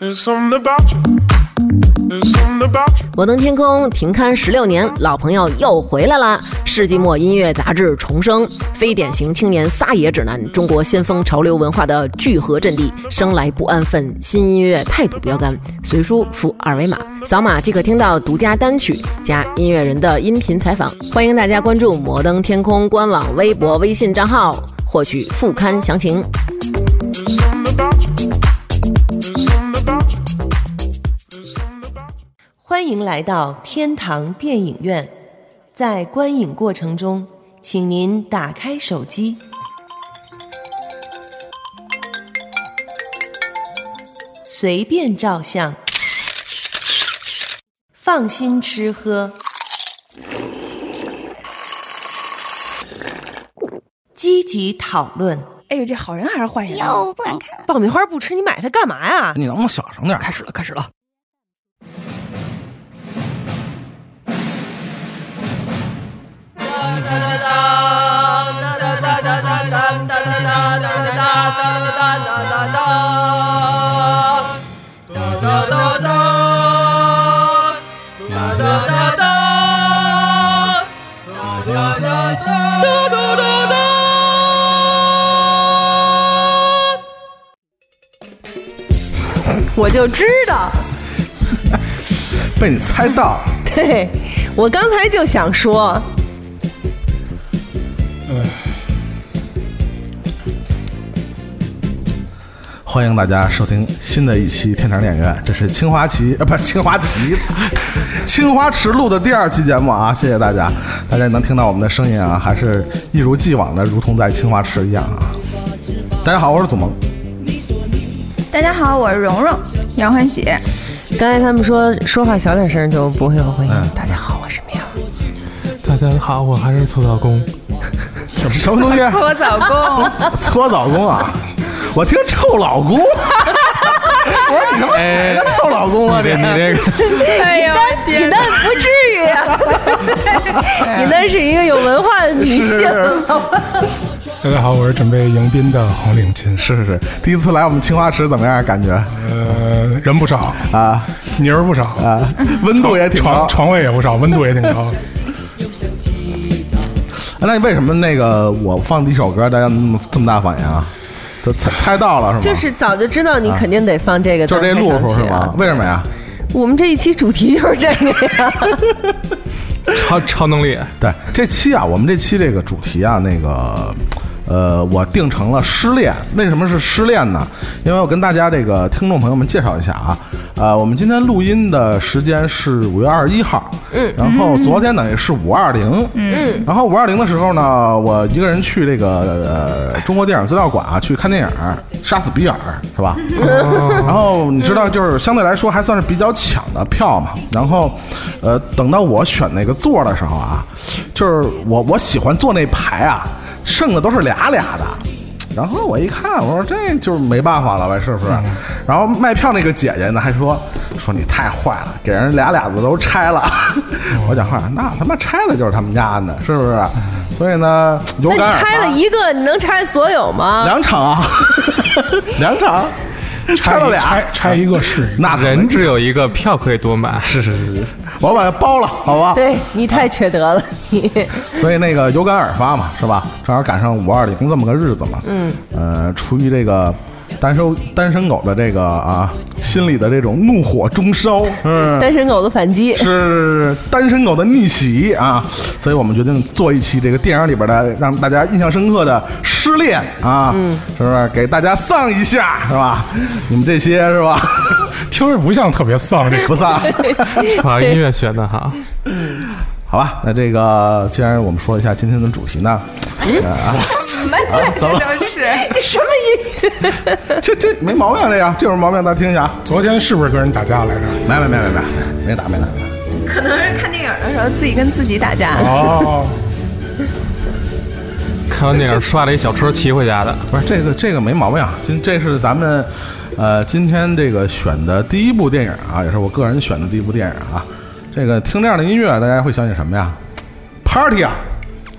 There's something about you. There's something about you. 摩登天空停刊十六年，老朋友又回来啦！世纪末音乐杂志重生，非典型青年撒野指南，中国先锋潮流文化的聚合阵地，生来不安分，新音乐态度标杆。随书附二维码，扫码即可听到独家单曲加音乐人的音频采访。欢迎大家关注摩登天空官网、微博、微信账号，获取副刊详情。 There's something about you. There's something about you. There's something about you. 欢迎来到天堂电影院，在观影过程中，请您打开手机，随便照相，放心吃喝，积极讨论。哎呦，这好人还是坏人？啊哟，不敢看。爆米花不吃，你买它干嘛呀？你能不能小声点儿？开始了，开始了。我就知道，被你猜到了，对我刚才就想说，欢迎大家收听新的一期《天堂电影院》，这是清华旗啊，不是清华旗，清华池录的第二期节目啊，谢谢大家，大家能听到我们的声音啊，还是一如既往的，如同在清华池一样啊。大家好，我是祖萌，大家好，我是蓉蓉，杨欢喜。刚才他们说说话小点声就不会有回音。嗯大家好，我是喵。大家好，我还是搓澡工。什么什么东西？搓澡工，搓澡工啊！我听臭老公， 我说你他妈谁呀？臭老公啊！你你这个哎呦，我你天哪那不至于啊！你那是一个有文化的女性。是大家好，我是准备迎宾的黄领钦。是是是，第一次来我们清华池怎么样？啊感觉呃，人不少，啊泥儿不少，啊，温度也挺高床。床位也不少，温度也挺高。哎那为什么那个我放的一首歌，大家那么这么大反应啊？都猜猜到了是吗？就是早就知道你肯定得放这个，就是这路数是吗吗？？为什么呀？我们这一期主题就是这个呀。 超超能力，对，这期啊，我们这期这个主题啊，那个。呃，我定成了失恋。为什么是失恋呢？因为我跟大家这个听众朋友们介绍一下啊，呃，我们今天录音的时间是五月二十一号，嗯，然后昨天等于是五二零，嗯，然后五二零的时候呢，我一个人去这个呃中国电影资料馆啊去看电影儿，杀死比尔是吧？然后你知道，就是相对来说还算是比较抢的票嘛。然后，呃，等到我选那个座儿的时候啊，就是我我喜欢坐那排啊，剩的都是俩俩的。然后我一看，我说这就是没办法了呗，是不是？然后卖票那个姐姐呢，还说说你太坏了，给人俩俩子都拆了。 我讲话，那他妈拆的就是他们家的，是不是？所以呢，有那你感而发拆了一个，你能拆所有吗？两场啊， 两场，拆了俩，拆拆一个是一个。那可能人只有一个，票可以多买。是是是是，我把它包了，好吧？对你太缺德了，你 所以那个有感而发嘛，是吧？正好赶上五二零这么个日子嘛。嗯。呃，出于这个单身单身狗的这个啊心里的这种怒火中烧，嗯，单身狗的反击。是单身狗的逆袭啊！所以我们决定做一期这个电影里边的让大家印象深刻的失恋啊，嗯是不是？给大家丧一下，是吧？你们这些是吧？ 听着不像特别丧，这 不丧。啊，音乐选的好，好吧，那这个既然我们说一下今天的主题呢， 什么呀？这都是这这没毛病，这个这有什么毛病？大家听一下啊，昨天是不是跟人打架来着？没没没没没没打没打没打，可能是看电影的时候自己跟自己打啊架。哦，看完电影刷了一小车骑回家的。不是这个这个没毛病，啊今这是咱们呃今天这个选的第一部电影啊，也是我个人选的第一部电影啊。这个听这样的音乐，大家会想起什么呀？Party 啊，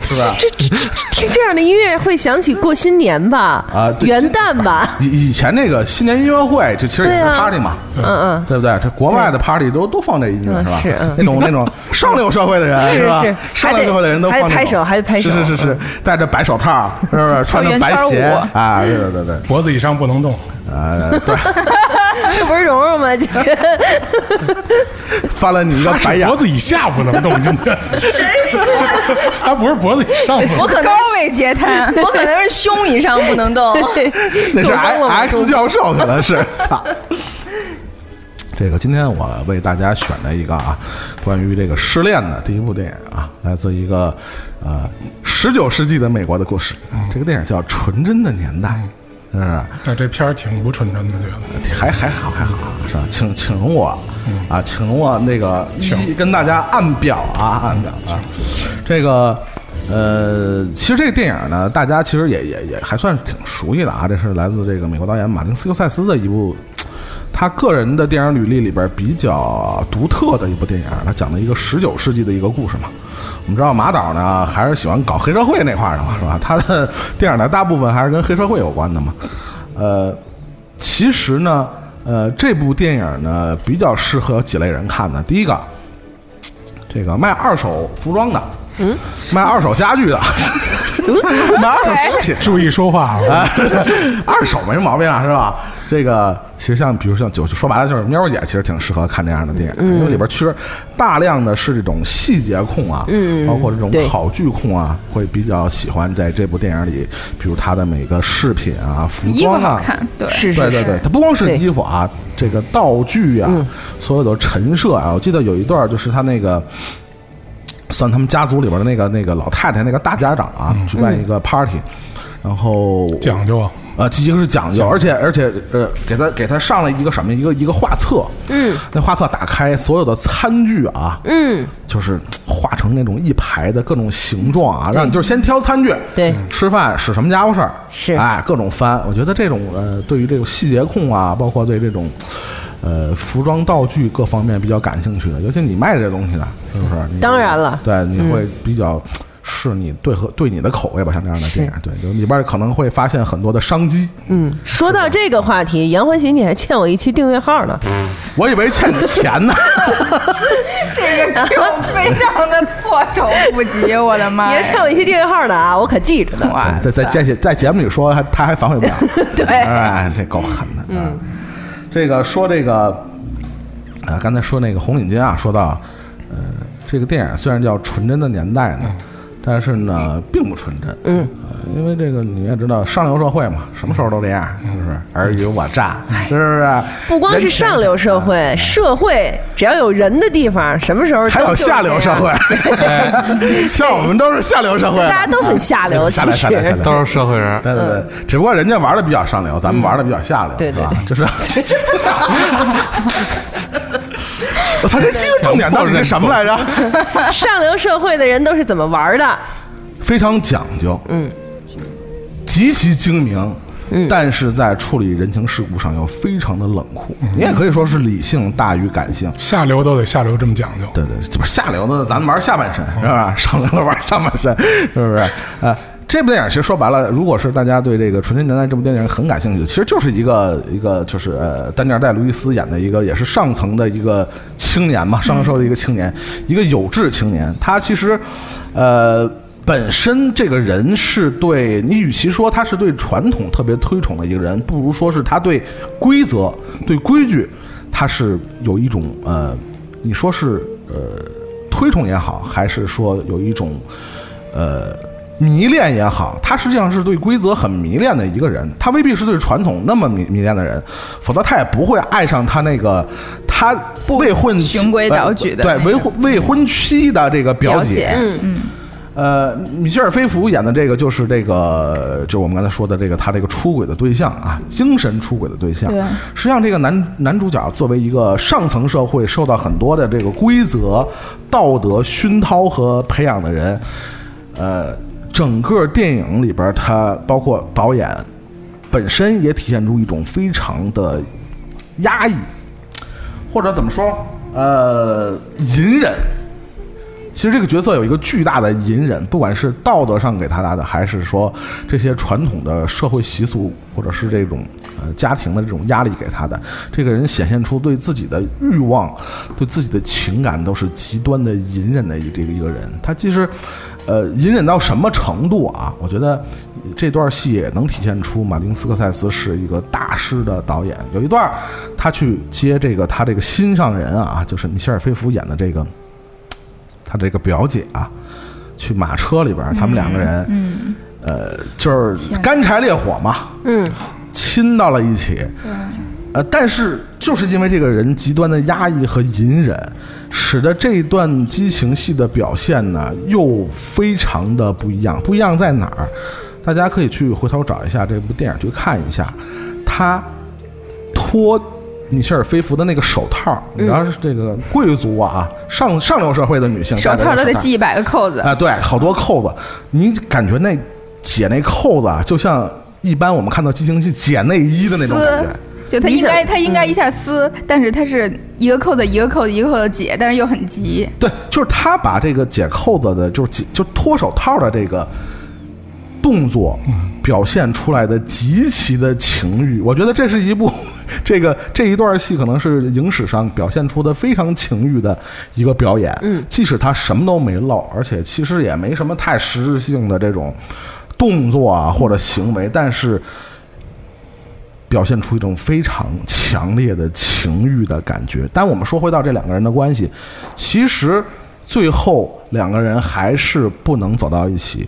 是吧？这这这听这样的音乐会想起过新年吧？啊对元旦吧？以以前那个新年音乐会，这其实也是对啊 party 嘛，嗯嗯，对不对？这国外的 party 都都放这音乐嗯是吧？是嗯那种 那种上流社会的人是吧是？上流社会的人都还得放还得拍这种手还得拍手嗯是是是是，戴着白手套，是不是？穿着白鞋圆圈啊？对对对对，脖子以上不 能动，呃，对，这不是蓉蓉吗？这个翻了你一个白眼脖。子以下不能动，今天 还不是脖子以上不能我动。可高位截 瘫，我可能是胸以上不能动。 那是中风 X 了吗 X 教授，可能是操。这个今天我为大家选了一个啊，关于这个失恋的第一部电影啊，来自一个呃十九世纪的美国的故事。这个电影叫《纯真的年代》，是嗯不是？那这片儿挺不纯真的，觉得还还好还好是吧？请请容我啊，请容我那个一跟大家按表啊，按表啊，这个。呃，其实这个电影呢，大家其实也也也还算是挺熟悉的啊。这是来自这个美国导演马丁·斯科塞斯的一部他个人的电影履历里边比较独特的一部电影，他讲了一个十九世纪的一个故事嘛。我们知道马导呢，还是喜欢搞黑社会那块儿的嘛，是吧？他的电影呢，大部分还是跟黑社会有关的嘛。呃，其实呢，呃，这部电影呢，比较适合几类人看的。第一个，这个卖二手服装的，嗯，卖二手家具的，卖二手饰品注意说话啊！啊， 二手没毛病啊，是吧？这个其实像，比如像九，说白了就是喵姐，其实挺适合看这样的电影，嗯因为里边其实大量的是这种细节控啊，嗯，包括这种对考据控啊，会比较喜欢在这部电影里，比如它的每个饰品啊、服衣服装好啊，看，对，是对是对对是，，它不光是对嗯衣服啊，这个道具啊，所有的陈设啊，我记得有一段就是他那个。算他们家族里边的那个那个老太太，那个大家长啊，嗯举办一个 party，、然后讲究啊，呃，一个是讲究，而且而且呃，给他给他上了一个什么一个一个画册，嗯，那画册打开，所有的餐具啊，嗯，就是画成那种一排的各种形状啊，让你就是先挑餐具，嗯对，吃饭使什么家伙事儿，是哎，各种翻。我觉得这种呃，对于这种细节控啊，包括对这种。呃，服装道具各方面比较感兴趣的，尤其你卖这东西的，是不是？你当然了嗯对，你会比较是你对和对你的口味吧，像这样的电影，对，就里边儿可能会发现很多的商机。嗯，说到这个话题，杨欢喜，你还欠我一期订阅号嗯呢。我以为欠你钱 呢， 这个就非常的措手不及，我的你 妈还呀！欠我一期订阅号呢啊，我可记着呢。哇在在在节在节目里说，还他还反悔 不了。对哎，这够狠的。嗯，这个说这个，啊，刚才说那个红领巾啊，说到，呃，这个电影虽然叫《纯真的年代》嗯呢，但是呢，并不纯真。嗯、因为这个你也知道，上流社会嘛，什么时候都这样，是不是？尔虞我诈，是不啊是？哎不光是上流社会，社会只要有人的地方，什么时候都啊还有下流社会， 像我们都是下流社会，哎大家都很下流 下来其下实来下来，都是社会人。对对对，只不过人家玩的比较上流，咱们玩的比较下流，嗯对对是吧？ 就是，我操，这这个重点到底是什么来着？就是上流社会的人都是怎么玩的？非常讲究，嗯，极其精明。嗯但是在处理人情世故上又非常的冷酷，嗯你也可以说是理性大于感性。下流都得下流这么讲究。对对，这不是下流的，咱们玩下半身是吧？上流的玩上半身，是不是？呃，这部电影其实说白了，如果是大家对这个《纯真年代》这部电影很感兴趣，其实就是一个一个就是呃，丹尼尔戴卢易斯演的一个也是上层的一个青年嘛，上流社会的一个青年，一个有志青年。他其实，呃。本身这个人是对你，与其说他是对传统特别推崇的一个人，不如说是他对规则、对规矩，他是有一种呃你说是呃推崇也好，还是说有一种呃迷恋也好，他实际上是对规则很迷恋的一个人，他未必是对传统那么迷迷恋的人，否则他也不会爱上他那个他不未婚妻循规蹈矩的呃那对未婚未婚妻的这个表表姐，姐，嗯，呃，米歇尔·菲佛演的这个就是这个，就是我们刚才说的这个他这个出轨的对象啊，精神出轨的对象。对实际上这个男男主角作为一个上层社会受到很多的这个规则、道德熏陶和培养的人，呃，整个电影里边儿他包括导演本身也体现出一种非常的压抑，或者怎么说，呃，隐忍。其实这个角色有一个巨大的隐忍，不管是道德上给他大的，还是说这些传统的社会习俗，或者是这种呃家庭的这种压力给他的，这个人显现出对自己的欲望、对自己的情感都是极端的隐忍的一这个一个人。他其实，呃，隐忍到什么程度啊？我觉得这段戏也能体现出马丁斯科塞斯是一个大师的导演。有一段儿他去接这个他这个心上人啊，就是米歇尔菲福演的这个。他这个表姐啊，去马车里边儿，他们两个人，嗯，呃，就是干柴烈火嘛，嗯，亲到了一起，呃，但是就是因为这个人极端的压抑和隐忍，使得这段激情戏的表现呢又非常的不一样。不一样在哪儿？大家可以去回头找一下这部电影去看一下，他脱米歇尔菲福的那个手套，你知道是这个贵族啊，上上流社会的女性手戴套的都得手系一百个扣子啊、，对，好多扣子，你感觉那解那扣子啊，就像一般我们看到激情戏解内衣的那种感撕觉。，嗯就他应该他应该一下撕，但是他是一个扣子一个扣子一个扣子解，但是又很急，对，就是他把这个解扣子的，就是解就脱手套的这个动作表现出来的极其的情欲，我觉得这是一部这个这一段戏可能是影史上表现出的非常情欲的一个表演。嗯，即使他什么都没露，而且其实也没什么太实质性的这种动作啊或者行为，但是。表现出一种非常强烈的情欲的感觉。但我们说回到这两个人的关系，其实最后两个人还是不能走到一起。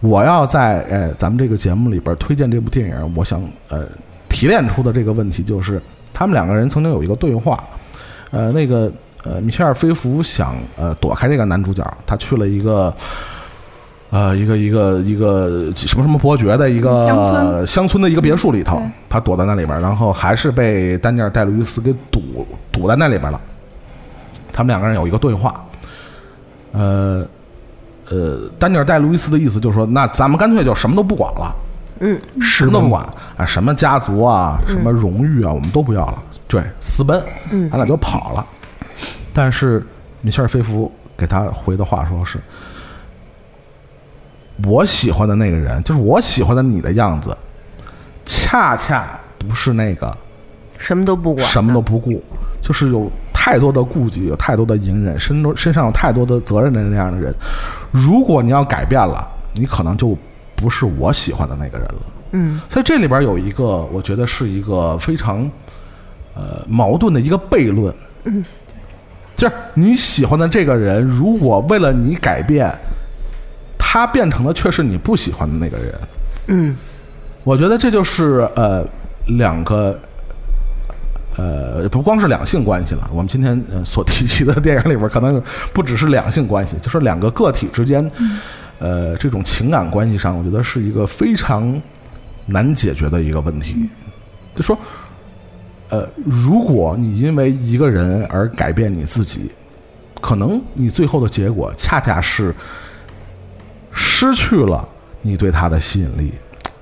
我要在呃咱们这个节目里边推荐这部电影，我想呃提炼出的这个问题就是，他们两个人曾经有一个对话，呃，那个呃米歇尔菲福想呃躲开这个男主角，他去了一个。呃，一个一个一个什么什么伯爵的一个嗯乡村嗯呃乡村的一个别墅里头对，他躲在那里边儿，然后还是被丹尼尔戴路易斯给堵堵在那里边了。他们两个人有一个对话，呃呃，丹尼尔戴路易斯的意思就是说，那咱们干脆就什么都不管了，什是么都不管啊，什么家族啊，什么荣誉啊，我们都不要了，对，私奔，咱俩就跑了。但是米歇尔菲福给他回的话说是：“我喜欢的那个人，就是我喜欢的你的样子，恰恰不是那个什么都不管，什么都不顾，就是有太多的顾忌，有太多的隐忍，身中身上有太多的责任的那样的人。如果你要改变了，你可能就不是我喜欢的那个人了。嗯，所以这里边有一个，我觉得是一个非常呃矛盾的一个悖论。嗯，就是你喜欢的这个人，如果为了你改变，他变成的却是你不喜欢的那个人。嗯，我觉得这就是呃两个呃，不光是两性关系了，我们今天呃所提及的电影里边，可能不只是两性关系，就是两个个体之间，呃，这种情感关系上，我觉得是一个非常难解决的一个问题。就说，呃，如果你因为一个人而改变你自己，可能你最后的结果恰恰是失去了你对他的吸引力。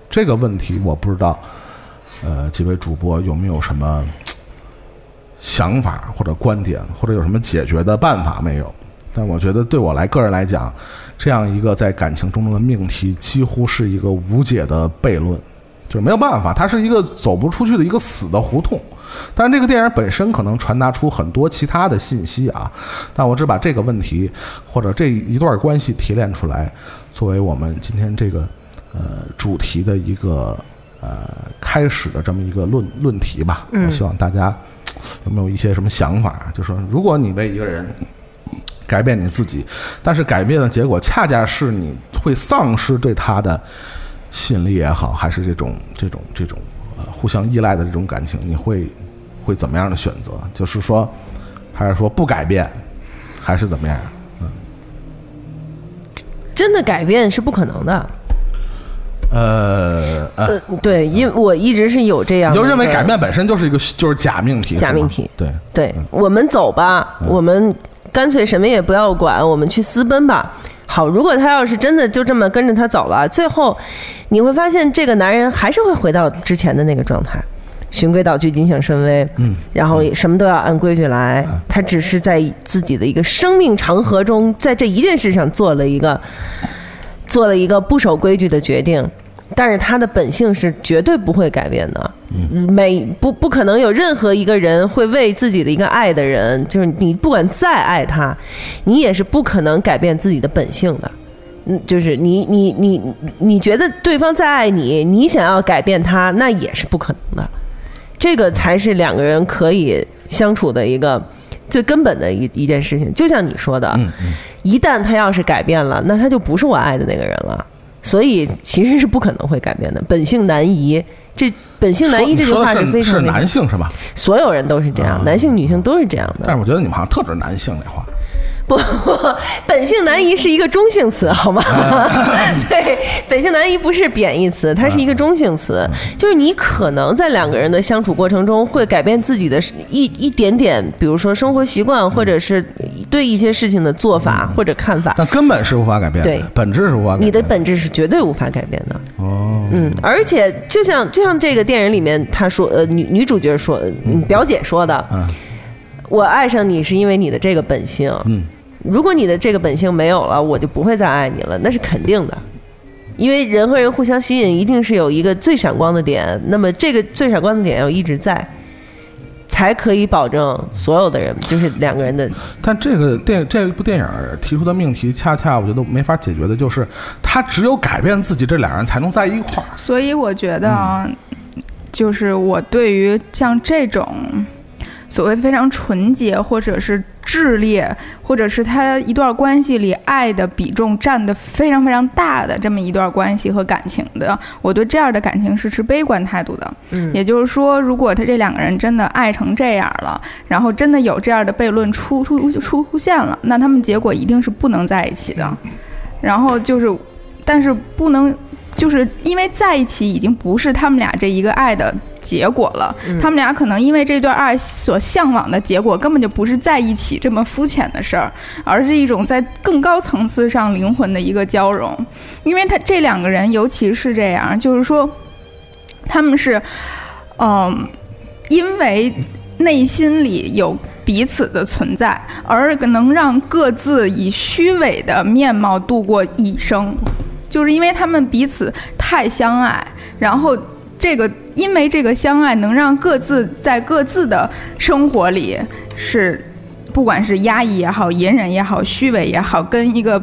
这个问题我不知道，呃，几位主播有没有什么想法或者观点，或者有什么解决的办法没有？但我觉得对我来个人来讲，这样一个在感情中的命题，几乎是一个无解的悖论，就是没有办法，它是一个走不出去的一个死的胡同。但是这个电影本身可能传达出很多其他的信息啊，但我只把这个问题或者这一段关系提炼出来，作为我们今天这个呃主题的一个呃开始的这么一个论论题吧。我希望大家有没有一些什么想法？就说如果你为一个人改变你自己，但是改变的结果恰恰是你会丧失对他的吸引力也好，还是这种这种这种呃互相依赖的这种感情，你会会怎么样的选择？就是说，还是说不改变，还是怎么样？真的改变是不可能的。呃呃，呃，对，因为我一直是有这样你的就一个，认为改变本身就是一个就是假命题，假是吗命题对。对，我们走吧，我们干脆什么也不要管，我们去私奔吧。好，如果他要是真的就这么跟着他走了，最后你会发现这个男人还是会回到之前的那个状态，循规蹈矩进行深微，嗯，然后什么都要按规矩来。他只是在自己的一个生命长河中，在这一件事上做了一个做了一个不守规矩的决定，但是他的本性是绝对不会改变的。每不不可能有任何一个人会为自己的一个爱的人，就是你不管再爱他，你也是不可能改变自己的本性的。嗯，就是你你你你觉得对方再爱你，你想要改变他，那也是不可能的。这个才是两个人可以相处的一个最根本的一一件事情。就像你说嗯的，一旦他要是改变了，那他就不是我爱的那个人了。所以其实是不可能会改变的，本性难移。这本性难移这句说话的非是常非常男性是吧？所有人都是这样，男性女性都是这样啊但的。是我觉得你们好像特准男性那话，不， 本性难移是一个中性词，好吗？对，本性难移不是贬义词，它是一个中性啊词，就是你可能在两个人的相处过程中会改变自己的一一点点，比如说生活习惯，或者是对一些事情的做法或者看法。嗯但根本是无法改变对的，本质是无法改变。你的本质是绝对无法改变的。哦，嗯，而且就像就像这个电影里面，他说，呃，女女主角说，嗯表姐说的，嗯我爱上你是因为你的这个本性，嗯，如果你的这个本性没有了，我就不会再爱你了，那是肯定的。因为人和人互相吸引，一定是有一个最闪光的点，那么这个最闪光的点要一直在，才可以保证所有的人，就是两个人的但这个电这部电影提出的命题，恰恰我觉得没法解决的就是，他只有改变自己，这俩人才能在一块儿。所以我觉得啊，就是我对于像这种所谓非常纯洁，或者是炽烈，或者是他一段关系里爱的比重占的非常非常大的这么一段关系和感情的，我对这样的感情是持悲观态度的。嗯也就是说，如果他这两个人真的爱成这样了，然后真的有这样的悖论出出出出现了，那他们结果一定是不能在一起的。然后就是，但是不能，就是因为在一起已经不是他们俩这一个爱的结果了。他们俩可能因为这段爱所向往的结果，根本就不是在一起这么肤浅的事儿，而是一种在更高层次上灵魂的一个交融。因为他这两个人，尤其是这样，就是说，他们是，嗯、因为。内心里有彼此的存在，而能让各自以虚伪的面貌度过一生，就是因为他们彼此太相爱，然后这个因为这个相爱能让各自在各自的生活里是，不管是压抑也好，隐忍也好，虚伪也好，跟一个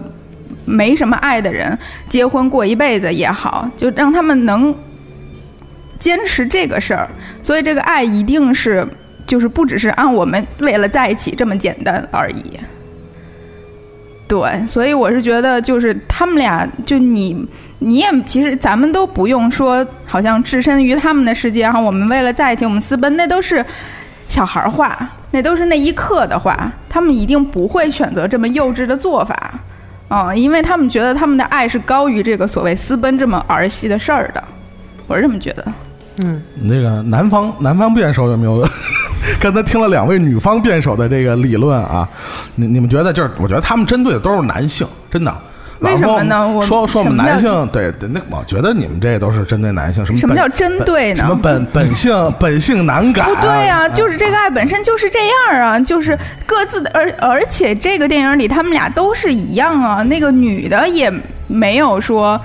没什么爱的人结婚过一辈子也好，就让他们能坚持这个事儿，所以这个爱一定是。就是不只是按我们为了在一起这么简单而已。对，所以我是觉得，就是他们俩，就你，你也其实咱们都不用说，好像置身于他们的世界，然后我们为了在一起，我们私奔，那都是小孩儿话，那都是那一刻的话，他们一定不会选择这么幼稚的做法，嗯，因为他们觉得他们的爱是高于这个所谓私奔这么儿戏的事儿的，我是这么觉得。那个南方南方辩手有没有？ 刚才听了两位女方辩手的这个理论啊，你你们觉得就是？我觉得他们针对的都是男性，真的。为什么呢然后我说说我们什么叫男性，对对，那我觉得你们这都是针对男性，什么什么本叫针对呢什么本本性本性难改？不哦对啊呀、啊就是这个爱本身就是这样啊，就是各自的，而而且这个电影里他们俩都是一样啊，那个女的也没有说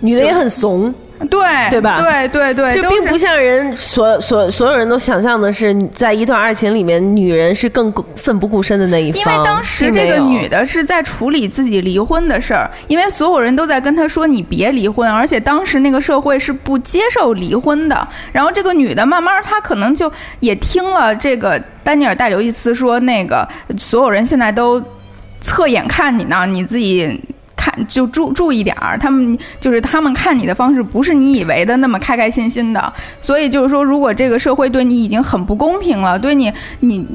女的也很怂，对对吧对对对，这都并是不像人所所所有人都想象的是，在一段爱情里面，女人是更奋不顾身的那一方。因为当时并这没个有女的是在处理自己离婚的事儿，因为所有人都在跟她说你别离婚，而且当时那个社会是不接受离婚的。然后这个女的慢慢她可能就也听了这个丹尼尔戴刘易斯说，那个所有人现在都侧眼看你呢，你自己。看就注注意点儿，他们就是他们看你的方式不是你以为的那么开开心心的，所以就是说，如果这个社会对你已经很不公平了，对你你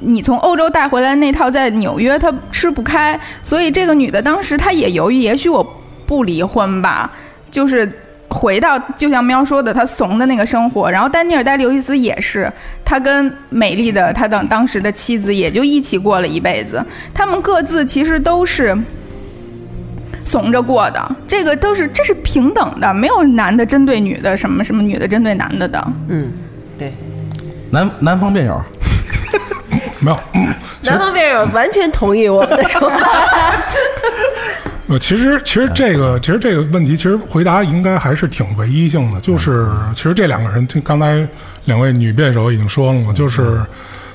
你从欧洲带回来那套在纽约她吃不开，所以这个女的当时她也犹豫，也许我不离婚吧，就是回到就像喵说的，她怂的那个生活。然后丹尼尔戴刘易斯也是，他跟美丽的他的当时的妻子也就一起过了一辈子，他们各自其实都是。怂着过的，这个都是这是平等的，没有男的针对女的，什么什么女的针对男的的，嗯，对，南南方辩友，没有，南方辩友完全同意我们的说法。呃，其实其实这个其实这个问题，其实回答应该还是挺唯一性的，就是其实这两个人，就刚才两位女辩手已经说了嘛，就是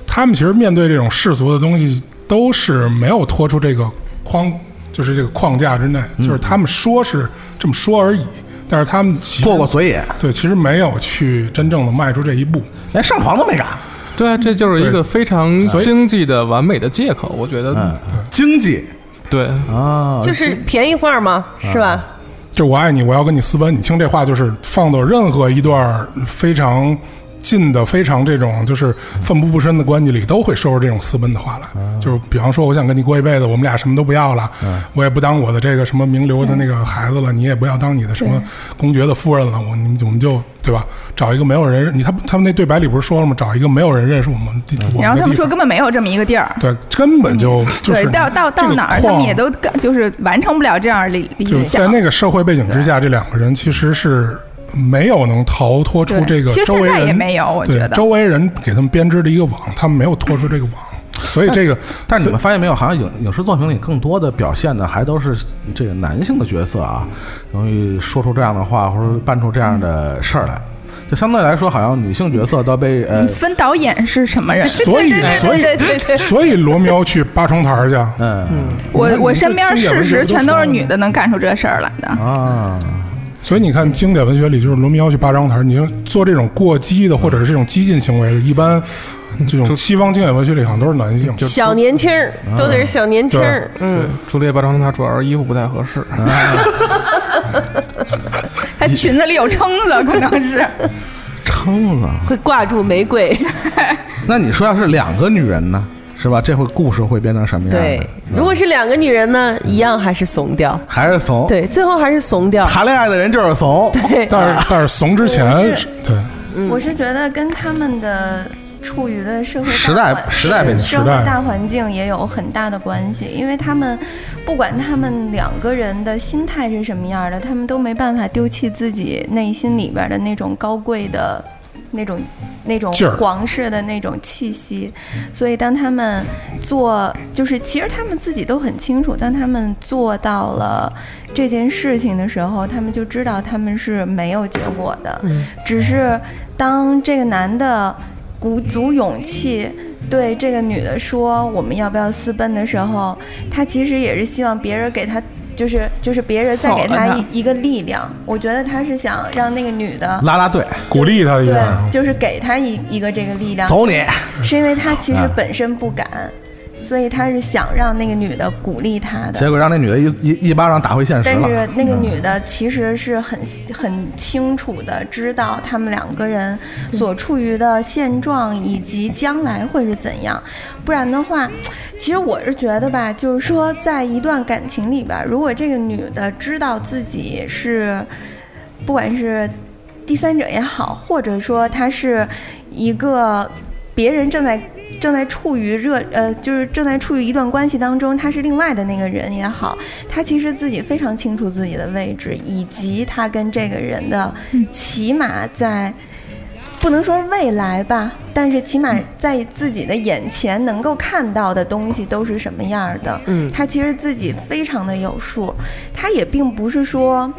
他们其实面对这种世俗的东西，都是没有脱出这个框，就是这个框架之内，就是他们说是这么说而已，但是他们其实过过嘴瘾，对，其实没有去真正的迈出这一步。连上床都没敢。对啊，这就是一对个非常经济的完美的借口，我觉嗯得，经济对。啊，就是便宜话嘛，是吧？就我爱你，我要跟你私奔。你听这话，就是放到任何一段非常近的、非常这种就是奋不顾身的关系里，都会说出这种私奔的话啊来。就是比方说，我想跟你过一辈子，我们俩什么都不要了，我也不当我的这个什么名流的那个孩子了，你也不要当你的什嗯么公爵的夫人了，我你我们就对吧？找一个没有人，你他他们那对白里不是说了吗？找一个没有人认识我们，我然后们他的们地说方。根本没有这么一个地儿。对，根本就就是对，到到这到个哪儿，他们框也都就是完成不了这样理理就是在想。那个社会背景之下，这两个人其实是没有能逃脱出对这个其实周现围在人也没有，我觉对得周围人给他们编织的一个网，他们没有脱出这个网，所以 这个但是你们发现没有，好像影影视作品里更多的表现的还都是这个男性的角色啊，容易说出这样的话，或者办出这样的事儿来。就相对来说，好像女性角色都被呃你分导演是什么人？ 所以所对对以所以罗密欧去扒窗台儿去，啊嗯我你看我你这身边经典事文学实都全都说是了女的能干出这事儿来的。啊，所以你看经典文学里就是罗密欧去扒窗台儿，你就做这种过激的或者是这种激进行为的，一般这种西方经典文学里好像都是男性，就小年轻儿啊都得是小年轻儿对，嗯，朱丽叶·巴张塔主要是衣服不太合适，她裙子里有撑子，可能是。撑啊！会挂住玫瑰。那你说要是两个女人呢，是吧？这会故事会变成什么样？对，如果是两个女人呢，一样还是怂掉。还是怂，，对，最后还是怂掉。谈恋爱的人就是怂，对，但是但是怂之前是对。我是觉得跟他们的处于的社会大时代环时代背景社会时代大环境也有很大的关系，因为他们不管他们两个人的心态是什么样的，他们都没办法丢弃自己内心里边的那种高贵的。那种、那种劲儿皇室的那种气息，所以当他们做，就是其实他们自己都很清楚，当他们做到了这件事情的时候，他们就知道他们是没有结果的，只是当这个男的鼓足勇气。对这个女的说我们要不要私奔的时候，他其实也是希望别人给他，就是就是别人再给他否了一一个力量。我觉得他是想让那个女的，拉拉队，鼓励他一对下，，就是给他一一个这个力量，走你，是因为他其实啊本身不敢，所以他是想让那个女的鼓励他的。结果让那女的一一一巴掌打回现实但了。嗯是那个女的其实是很很清楚的知道他们两个人所处于的现状以及将来会是怎样，不然的话，其实我是觉得吧，就是说在一段感情里边，如果这个女的知道自己是，不管是第三者也好，或者说她是一个别人正在正在处于热呃，就是正在处于一段关系当中，他是另外的那个人也好，他其实自己非常清楚自己的位置，以及他跟这个人的起码在。不能说是未来吧，但是起码在自己的眼前能够看到的东西都是什么样儿的，嗯他其实自己非常的有数，他也并不是说，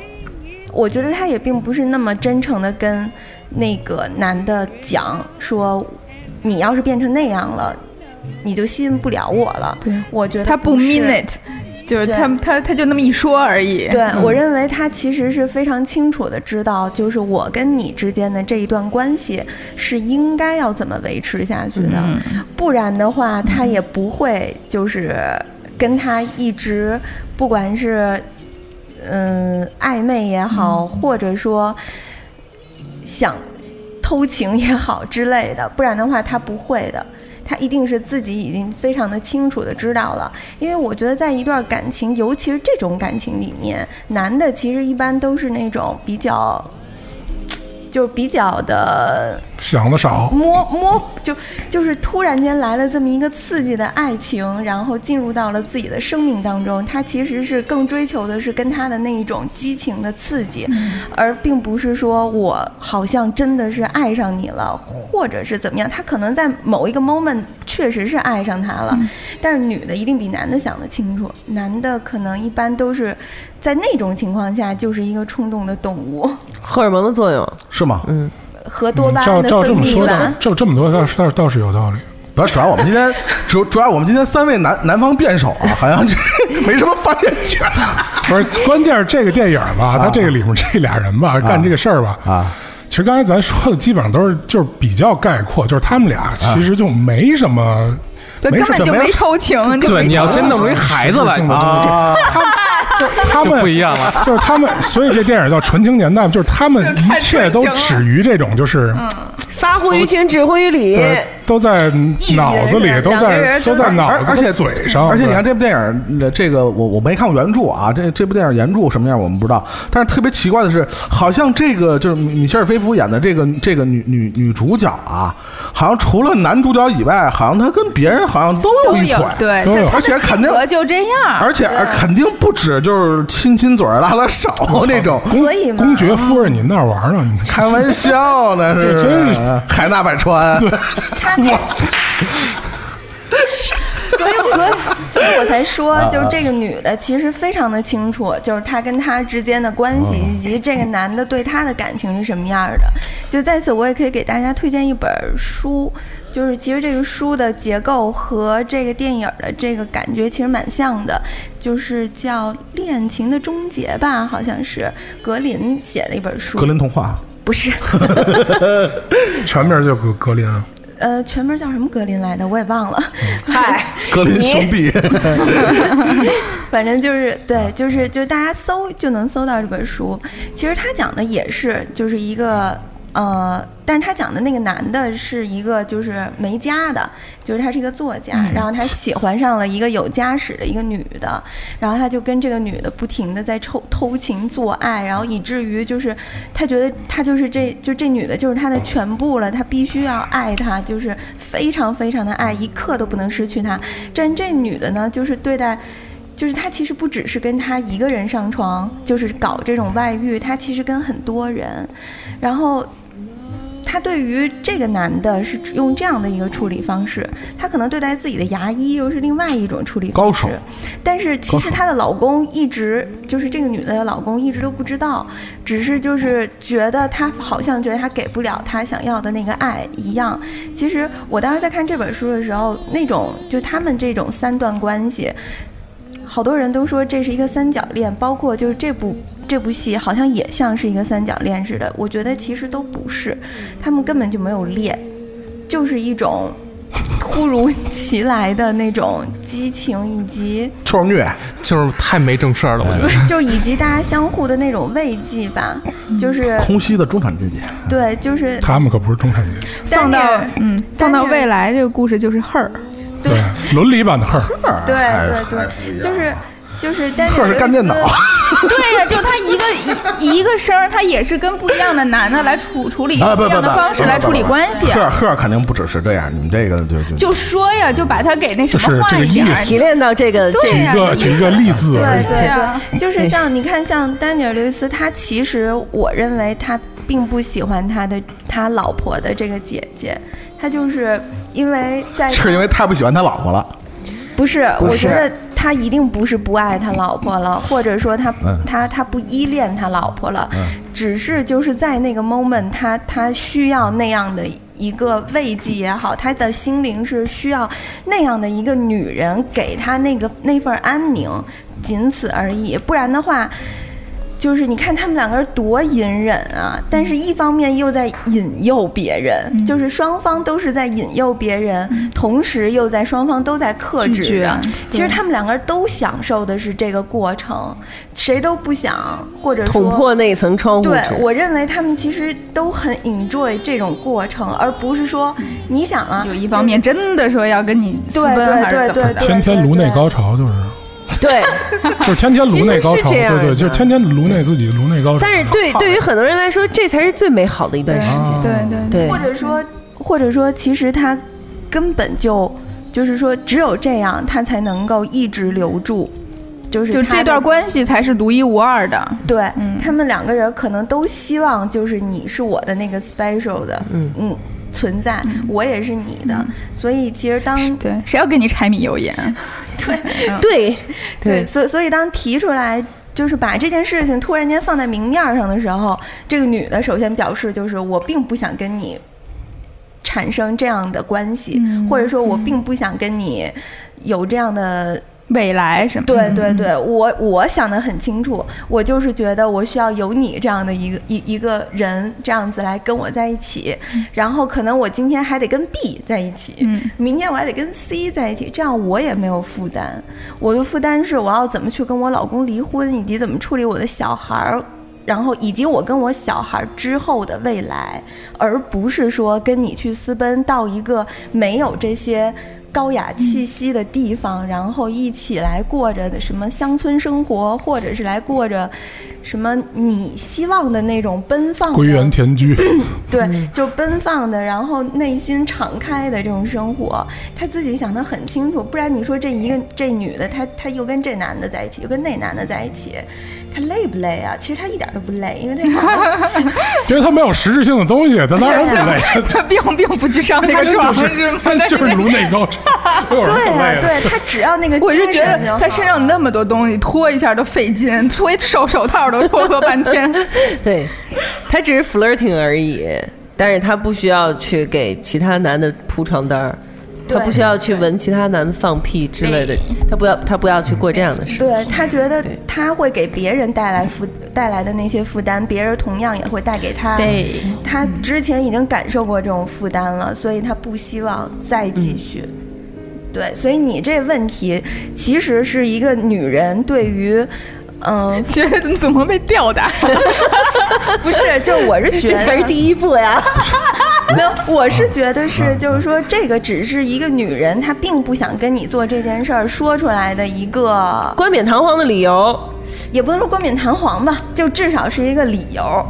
我觉得他也并不是那么真诚的跟那个男的讲说，你要是变成那样了，你就吸引不了我了。对我觉得她不是 mean it，就是对她她她就那么一说而已。嗯对，我认为他其实是非常清楚的知道，就是我跟你之间的这一段关系是应该要怎么维持下去的，不然的话，他也不会就是跟他一直，不管是嗯暧昧也嗯好，或者说想偷情也好之类的，不然的话他不会的。他一定是自己已经非常的清楚的知道了，因为我觉得在一段感情，尤其是这种感情里面，男的其实一般都是那种比较就比较的想的少，摸摸，就就是突然间来了这么一个刺激的爱情，然后进入到了自己的生命当中。他其实是更追求的是跟他的那一种激情的刺激，而并不是说我好像真的是爱上你了，或者是怎么样。他可能在某一个 moment 确实是爱上他了，但是女的一定比男的想得清楚，男的可能一般都是在那种情况下就是一个冲动的动物荷尔蒙的作用，是吗？嗯，和多巴胺照的照分这么泌说倒吧。照这么多倒是倒是倒是有道理。不要，主要我们今天主主要我们今天三位南南方辩手啊， 好像这没什么发言权不是，关键是这个电影吧，它这个里面这俩人吧，干这个事儿吧，啊。其实刚才咱说的基本上都是就是比较概括，就是他们啊俩其实就没什么，对，没根什么本就没偷情，就对，没你要偷情先弄一孩子来实质性的啊，啊，他就们不一样了。就是他们，所以这电影叫《纯情年代》，就是他们一切都止于这种，就是嗯发乎于情，止乎于理。对，都在脑子里，都两个在人都在 脑而子而且和嘴上，而且你看这部电影，呃这个我我没看过原著啊，这这部电影原著什么样我们不知道，但是特别奇怪的是，好像这个就是米米歇尔·菲夫演的这个这个女女女主角啊，好像除了男主角以外，好像她跟别人好像都有都一腿有，对，都有他而且肯定性格就这样，而且呃肯定不止就是亲亲嘴儿拉拉手那种，所以嘛，公爵夫人，你那玩呢？你开玩笑呢，是这真是海纳百川，所以我，所以，所以我才说，就是这个女的其实非常的清楚，就是她跟他之间的关系，以及这个男的对她的感情是什么样的。就在此，我也可以给大家推荐一本书，就是其实这个书的结构和这个电影的这个感觉其实蛮像的，就是叫《恋情的终结》吧，好像是格林写的一本书，格林童话。不是，全名叫格格林，呃，全名叫什么格林来的，我也忘了。嗨， 格林兄弟，反正就是对，就是就是大家搜就能搜到这本书。其实他讲的也是就是一个呃，但是他讲的那个男的是一个就是没家的，就是他是一个作家，然后他喜欢上了一个有家室的一个女的，然后他就跟这个女的不停的在偷偷情做爱，然后以至于就是他觉得他就是这就这女的就是他的全部了，他必须要爱她，就是非常非常的爱，一刻都不能失去她。但这女的呢，就是对待。就是他其实不只是跟他一个人上床，就是搞这种外遇，他其实跟很多人，然后。他对于这个男的是用这样的一个处理方式，他可能对待自己的牙医又是另外一种处理方式。高手但是其高实手她的老公一直就是这个女的老公一直都不知道，只是就是觉得她好像觉得她给不了她想要的那个爱一样。其实我当时在看这本书的时候，那种就他们这种三段关系，好多人都说这是一个三角恋，包括就是这部这部戏好像也像是一个三角恋似的。我觉得其实都不是，他们根本就没有恋，就是一种突如其来的那种激情，以及臭虐，就是太没正事儿了，我觉 得。就以及大家相互的那种慰藉吧，嗯就是空袭的中产阶级，对，就是他们可不是中产阶级，放到丹尼尔哎嗯，放到丹尼尔未来这个故事就是恨儿，对，伦理版的事儿，对哎对还不一样对，就是就是 丹尼特尔是干电脑 刘易斯对呀、就他一个一一个声儿，他也是跟不一样的男的来处 处理， 啊不不一不样不，的方式来处理关系。赫尔赫尔肯定不只是这样，你们这个就就就说呀，就把他给那什就是么这换个一下意儿，思提炼到这个 哎这举对一呀啊个举一个例子而对已。对啊对，啊就是像你看，像丹尼尔·刘易斯，他其实我认为他并不喜欢他的他老婆的这个姐姐，他就是因为在是因为太不喜欢他老婆了，不是，不我是觉得他一定不是不爱他老婆了，或者说他、嗯他他不依恋他老婆了，只是就是在那个 moment，他他需要那样的。一个慰藉也好，他的心灵是需要那样的一个女人给他那个那份安宁，仅此而已。不然的话，就是你看他们两个人多隐忍啊，但是一方面又在引诱别人，就是双方都是在引诱别人，嗯同时又在双方都在克制拒绝着啊。其实他们两个人都享受的是这个过程，谁都不想，或者说捅破那层窗户对，纸。我认为他们其实都很 enjoy 这种过程，而不是说嗯你想啊，有一方面真的说要跟你私对奔还是对对怎么对的，对，天天对颅内对高潮就是，啊对，就是天天颅内高潮，其实是这样对的对，就是天天颅内自己颅内高潮。但是对对于很多人来说，这才是最美好的一段时间。对对对对或者说，或者说，其实他根本就就是说，只有这样，他才能够一直留住，就是就他这的段关系才是独一无二的。嗯对、他们两个人可能都希望就是你是我的那个 special 的，嗯存在，我也是你的，所以其实当嗯对，谁要跟你柴米油盐？对对，所所以当提出来。就是把这件事情突然间放在明面儿上的时候，这个女的首先表示就是我并不想跟你产生这样的关系，嗯 或者说我并不想跟你有这样的未来什么？对对对，我我想的很清楚，我就是觉得我需要有你这样的一个一一个人，这样子来跟我在一起，然后可能我今天还得跟 B 在一起，嗯明天我还得跟 C 在一起，这样我也没有负担。我的负担是我要怎么去跟我老公离婚，以及怎么处理我的小孩儿。然后，以及我跟我小孩儿之后的未来，而不是说跟你去私奔到一个没有这些高雅气息的地方，然后一起来过着什么乡村生活，或者是来过着什么你希望的那种奔放的归园田居，嗯对，就奔放的，然后内心敞开的这种生活，她自己想得很清楚，不然你说这一个这女的，她她又跟这男的在一起，又跟那男的在一起，她累不累啊？其实她一点都不累，因 为她想得啊因为他没有实质性的东西，他当然不累，嗯 他并并不去上那他个床， 就是他 就是颅内高潮，没有人对不啊累，的。对，她只要那个我是精觉神就得他好身上那么多东西，脱一下都费劲，脱一手手套都脱个半 天。对，他只是 flirting 而已，但是他不需要去给其他男的铺床单儿，他对不需要去闻其他男的放屁之类的，他不要他不要去过这样的生活。对她觉得她会给别人带来负带来的那些负担，别人同样也会带给她。对她之前已经感受过这种负担了，所以她不希望再嗯继续。对，所以你这问题其实是一个女人对于，嗯、 觉得怎么被吊打？不是，就我是觉 这才是得，第一步呀！ 嗯没有，我是觉得是，就是说这个只是一个女人，她并不想跟你做这件事儿说出来的一个冠冕堂皇的理由也不能说冠冕堂皇吧，就至少是一个理由。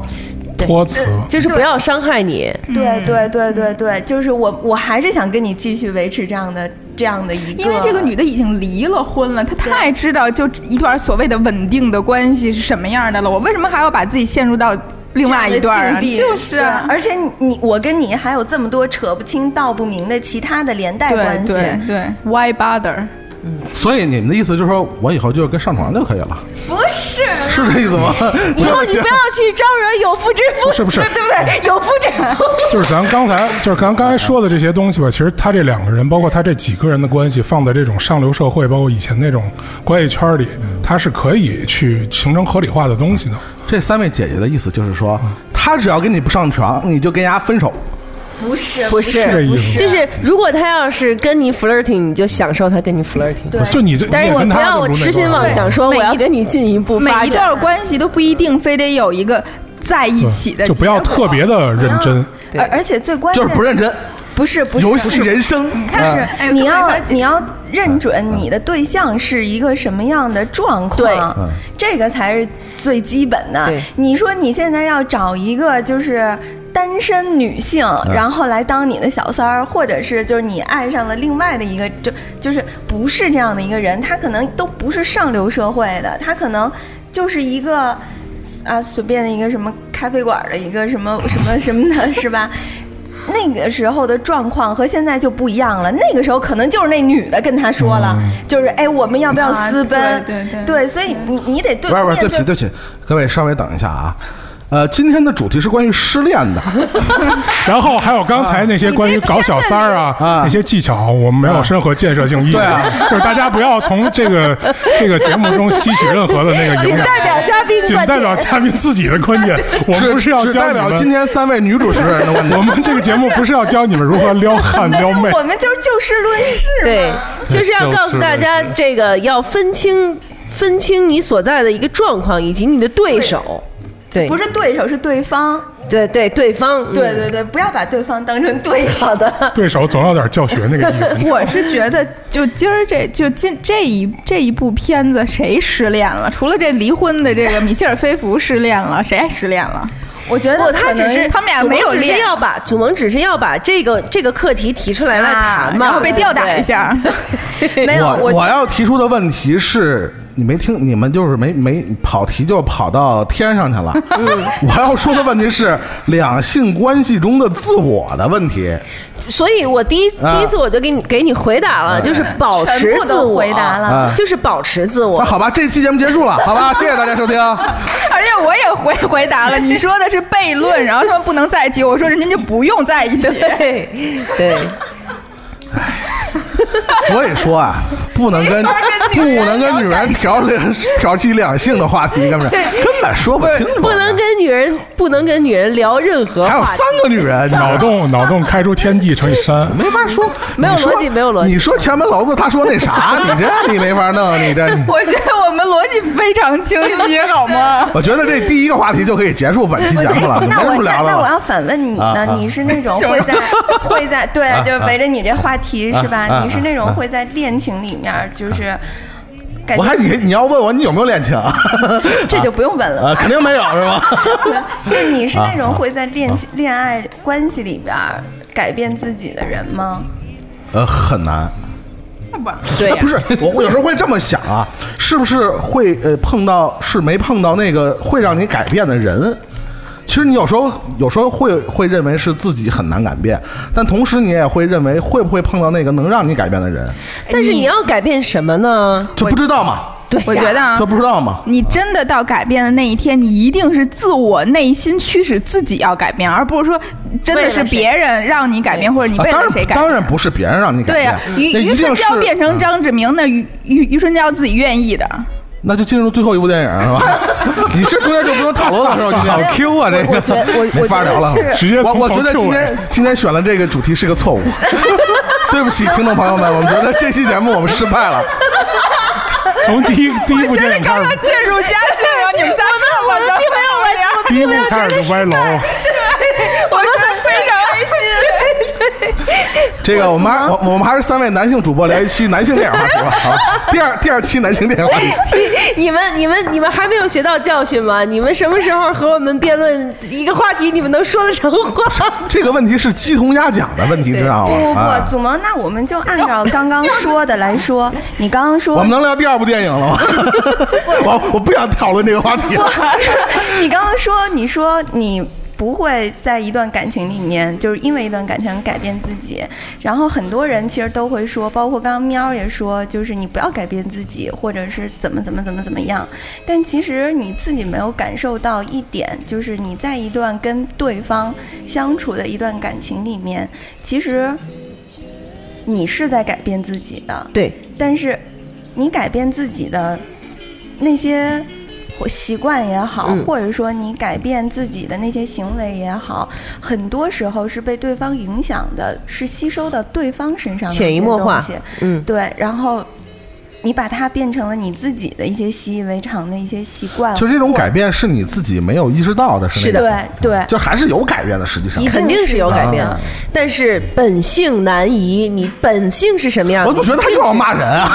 托词，就是不要伤害你，嗯对对对对对，就是我我还是想跟你继续维持这样的这样的一个，因为这个女的已经离了婚了，她太知道就一段所谓的稳定的关系是什么样的了。我为什么还要把自己陷入到另外一段啊？这样的境地就是对啊，而且你你我跟你还有这么多扯不清道不明的其他的连带关对对系，对，Why bother？所以你们的意思就是说我以后就跟上床就可以了，不是是这意思吗？以后你不要去招惹有妇之夫，不是不是对对不对？有妇之 夫， 就是咱刚才就是咱刚才说的这些东西吧，其实他这两个人，包括他这几个人的关系，放在这种上流社会，包括以前那种关系圈里，嗯他是可以去形成合理化的东西的。这三位姐姐的意思就是说，他只要跟你不上床，你就跟人家分手。不是不是这是，意思吗？就是如果他要是跟你 flirting，你就享受他跟你 flirting。不是就你这，但是你你也跟不他要就我颅内痴心高潮妄想，说每一我要跟你进一步每发一展。段关系都不一定非得有一个在一起的就不要结果特别的认啊真。而而且最关就键是不认真，不是不是啊游戏人生。开始嗯，哎你快点要快点你要认准你的对象是一个什么样的状况，对这个才是最基本的对。你说你现在要找一个就是。单身女性，然后来当你的小三儿，或者是就是你爱上了另外的一个，就就是不是这样的一个人，他可能都不是上流社会的，他可能就是一个啊随便的一个什么咖啡馆的一个什么什么什么的，是吧？那个时候的状况和现在就不一样了。那个时候可能就是那女的跟他说了，嗯就是哎，我们要不要啊私奔？对对对所以你你得对不是不是，面对不起对不起，各位稍微等一下啊。呃，今天的主题是关于失恋的，然后还有刚才啊那些关于搞小三儿啊，啊那些技巧，我们没有任何建设性意义。对啊就是大家不要从这个这个节目中吸取任何的 那个仅营养。代表嘉宾仅观代点。表嘉宾自己的观点， 我们不只是要只教代你表们。今天三位女主持人的观 我点。们这个节目不是要教你们如何撩汉那撩妹就，我们就是就事论事嘛。对，就是要告诉大家，这个要分清分清你所在的一个状况以及你的对手。对，不是对手是对方，对对，对方嗯对对对，不要把对方当成对手。好的，对手总要点教学那个意思。 我是觉得，就今儿这就今这一这一部片子，谁失恋了？除了这离婚的这个米切尔菲弗失恋 了，谁还失恋了？我觉不，得他呃可只能是他们俩没有啊祖萌只是练要把祖萌只是要把这个这个课题提出来来啊谈嘛，然后被吊打一下。 没有我我要提出的问题是，你没听，你们就是没没跑题就跑到天上去 了。 我要说的问题是两性关系中的自我的问题。对。所以我第一啊第一次我就给你给你回答了，就是保持全部自都我，回答了啊就是保持自那我。好吧，这期节目结束了，好吧，谢谢大家收听。而且我也回回答了，你说的是悖 论，然后他们不能在一起，我说人家就不用在一起。对对，所以说啊，不能跟不能跟女人挑两 挑起两性的话题，根本根本说不清楚。 不能跟女人不能跟女人聊任何还有话题三。个女人，你知道脑吗洞脑洞开出天地乘以三，没法说，没有你说逻辑没有逻辑你说前门楼子，他说那啥，你这你没法弄，你这。你我觉得我们逻辑非常清 晰，好吗？我觉得这第一个话题就可以结束本期节目了，没 那什我么聊的那我了。要反问你啊啊呢？你是那种 会在会在对，就是围着你这话题是啊啊吧？你是那啊种会在恋情里面就是感我还觉你你要问我你有没有恋情啊？这就不用问了啊，肯定没有是吧？吧？ 就你是啊那种会在恋情恋爱关系里边改变自己的人吗？呃，很难。对呀不是，我会有时候会这么想啊，是不是会呃碰到是没碰到那个会让你改变的人？其实你有时候有时候会会认为是自己很难改变，但同时你也会认为会不会碰到那个能让你改变的人，但是你要改变什么 呢？就不知道嘛，对呀，我觉得啊就，不知道嘛。你真的到改变的那一天，你一定是自我内心驱使自己要改变，而不是说真的是别人让你改变，或者嗯你啊为当了谁然改当然变。不是别人让你改对变，呀，于那于一春定是娇变成张志明，那于于于春娇自己愿意的。那就进入最后一部电影是吧？你这中间就不用讨论了是吧？今好天 Q 啊，这我觉个得我没我法觉聊了得是。直接我从我头觉得 Q 今尾天今天选了这个主题是个错误， 对不起，听众朋友们，我们觉得这期节目我们失败了。从第一第一部电影开始，渐入佳境啊，你们仨这么着，并没有完呀，第一部开始就歪楼，我觉得非常开心。这个我们还我我们还是三位男性主播聊一期男性电影话题吧，好吧？第二第二期男性电影话题，你们、你们、你们还没有学到教训吗？你们什么时候和我们辩论一个话题，你们能说得成话？这个问题是鸡同鸭讲的问题， 知道不不吗？啊不，，祖萌，那我们就按照刚刚说的来说，你刚刚说我们能聊第二部电影了 吗？我我不想讨论这个话啊题了。 你刚刚说，你说你不会在一段感情里面，就是因为一段感情改变自己。然后很多人其实都会说，包括刚刚喵儿也说，就是你不要改变自己，或者是怎么怎么怎么怎么样。但其实你自己没有感受到一点，就是你在一段跟对方相处的一段感情里面，其实你是在改变自己的。对，但是你改变自己的那些或习惯也好，嗯或者说你改变自己的那些行为也好，很多时候是被对方影响的，是吸收到对方身上的潜移一些默化东西嗯，对，然后。你把它变成了你自己的一些习以为常的一些习惯，就这种改变是你自己没有意识到的，是那种对对，就还是有改变的，实际上一。肯定是有改变啊的，但是本性难移。你本性是什么样我的？怎么觉得他又要骂人 啊？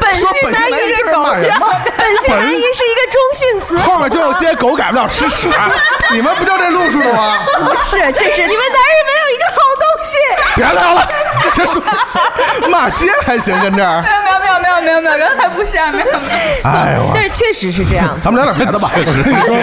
本说性本难性移难移是就是骂人吗？本性难移是一个中性词。后面就要接狗改不了吃屎，啊 你们不就这路数的吗？不是，这是你们男人没有一个好东西。别聊了，结 束，骂街还行，跟这儿。没有没有没有没有没有，刚才不是啊，没有没有。哎呦我，但是确实是这 样。咱们聊点别的吧，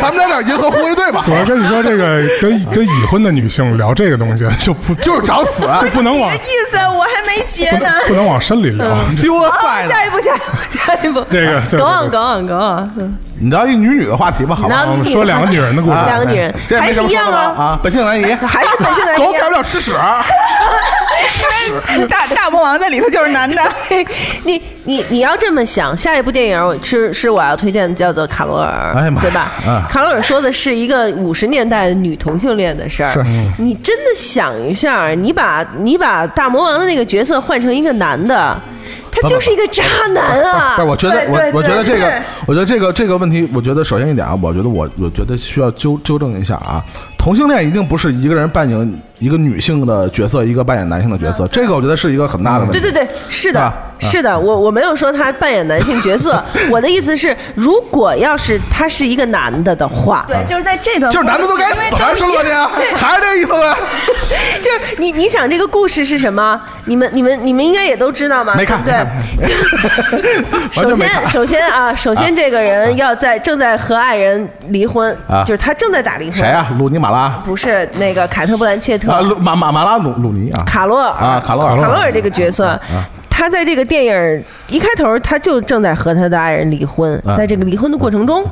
咱们聊点银河护卫队吧 我，要跟你说，这个跟跟已婚的女性聊这个东西就不就是找死。啊 就不能往意思，我还没结不呢能。不能往深里聊。哦好， Suicide，下一步，下一步，下一步。这个对对对 go on，go on，go on。你聊一女女的话题吧，好吧？我们说两个女人的故事，两个女人这也没什么说的了啊，本性难移， 还是本 性难移 啊狗改不了吃屎， 大大魔王在里头就是男的， 你你你要这么想，下一部电影是是我要推荐的，叫做《卡罗尔》，哎呀妈对吧？嗯卡罗尔说的是一个五十年代女同性恋的事儿。是你真的想一下，你把你把大魔王的那个角色换成一个男的，他他就是一个渣男啊！但我觉得对我对我觉得对这个对，我觉得这个这个问题，我觉得首先一点啊，我觉得我我觉得需要纠纠正一下啊，同性恋一定不是一个人扮演一个女性的角色，一个扮演男性的角色，这个我觉得是一个很大的问题。嗯对对对，是的，啊是的，我我没有说他扮演男性 角色，我的意思是，如果要是他是一个男的的话，对，就是在这段就是男的都该死了，是不是吧你？还是这意思呗？ 就是你你想这个故事是什么？你们你们你们应该也都知道嘛，没看对不对？就 首完全没看先首先啊，首先这个人要在正在和爱人离婚，啊就是他正在打离婚，谁？啊？鲁尼马拉不是那个凯特·布兰切特，啊，鲁马马马拉鲁鲁尼啊，卡罗尔啊卡罗尔卡罗尔这个角色，他在这个电影一开头，他就正在和他的爱人离婚啊，在这个离婚的过程中，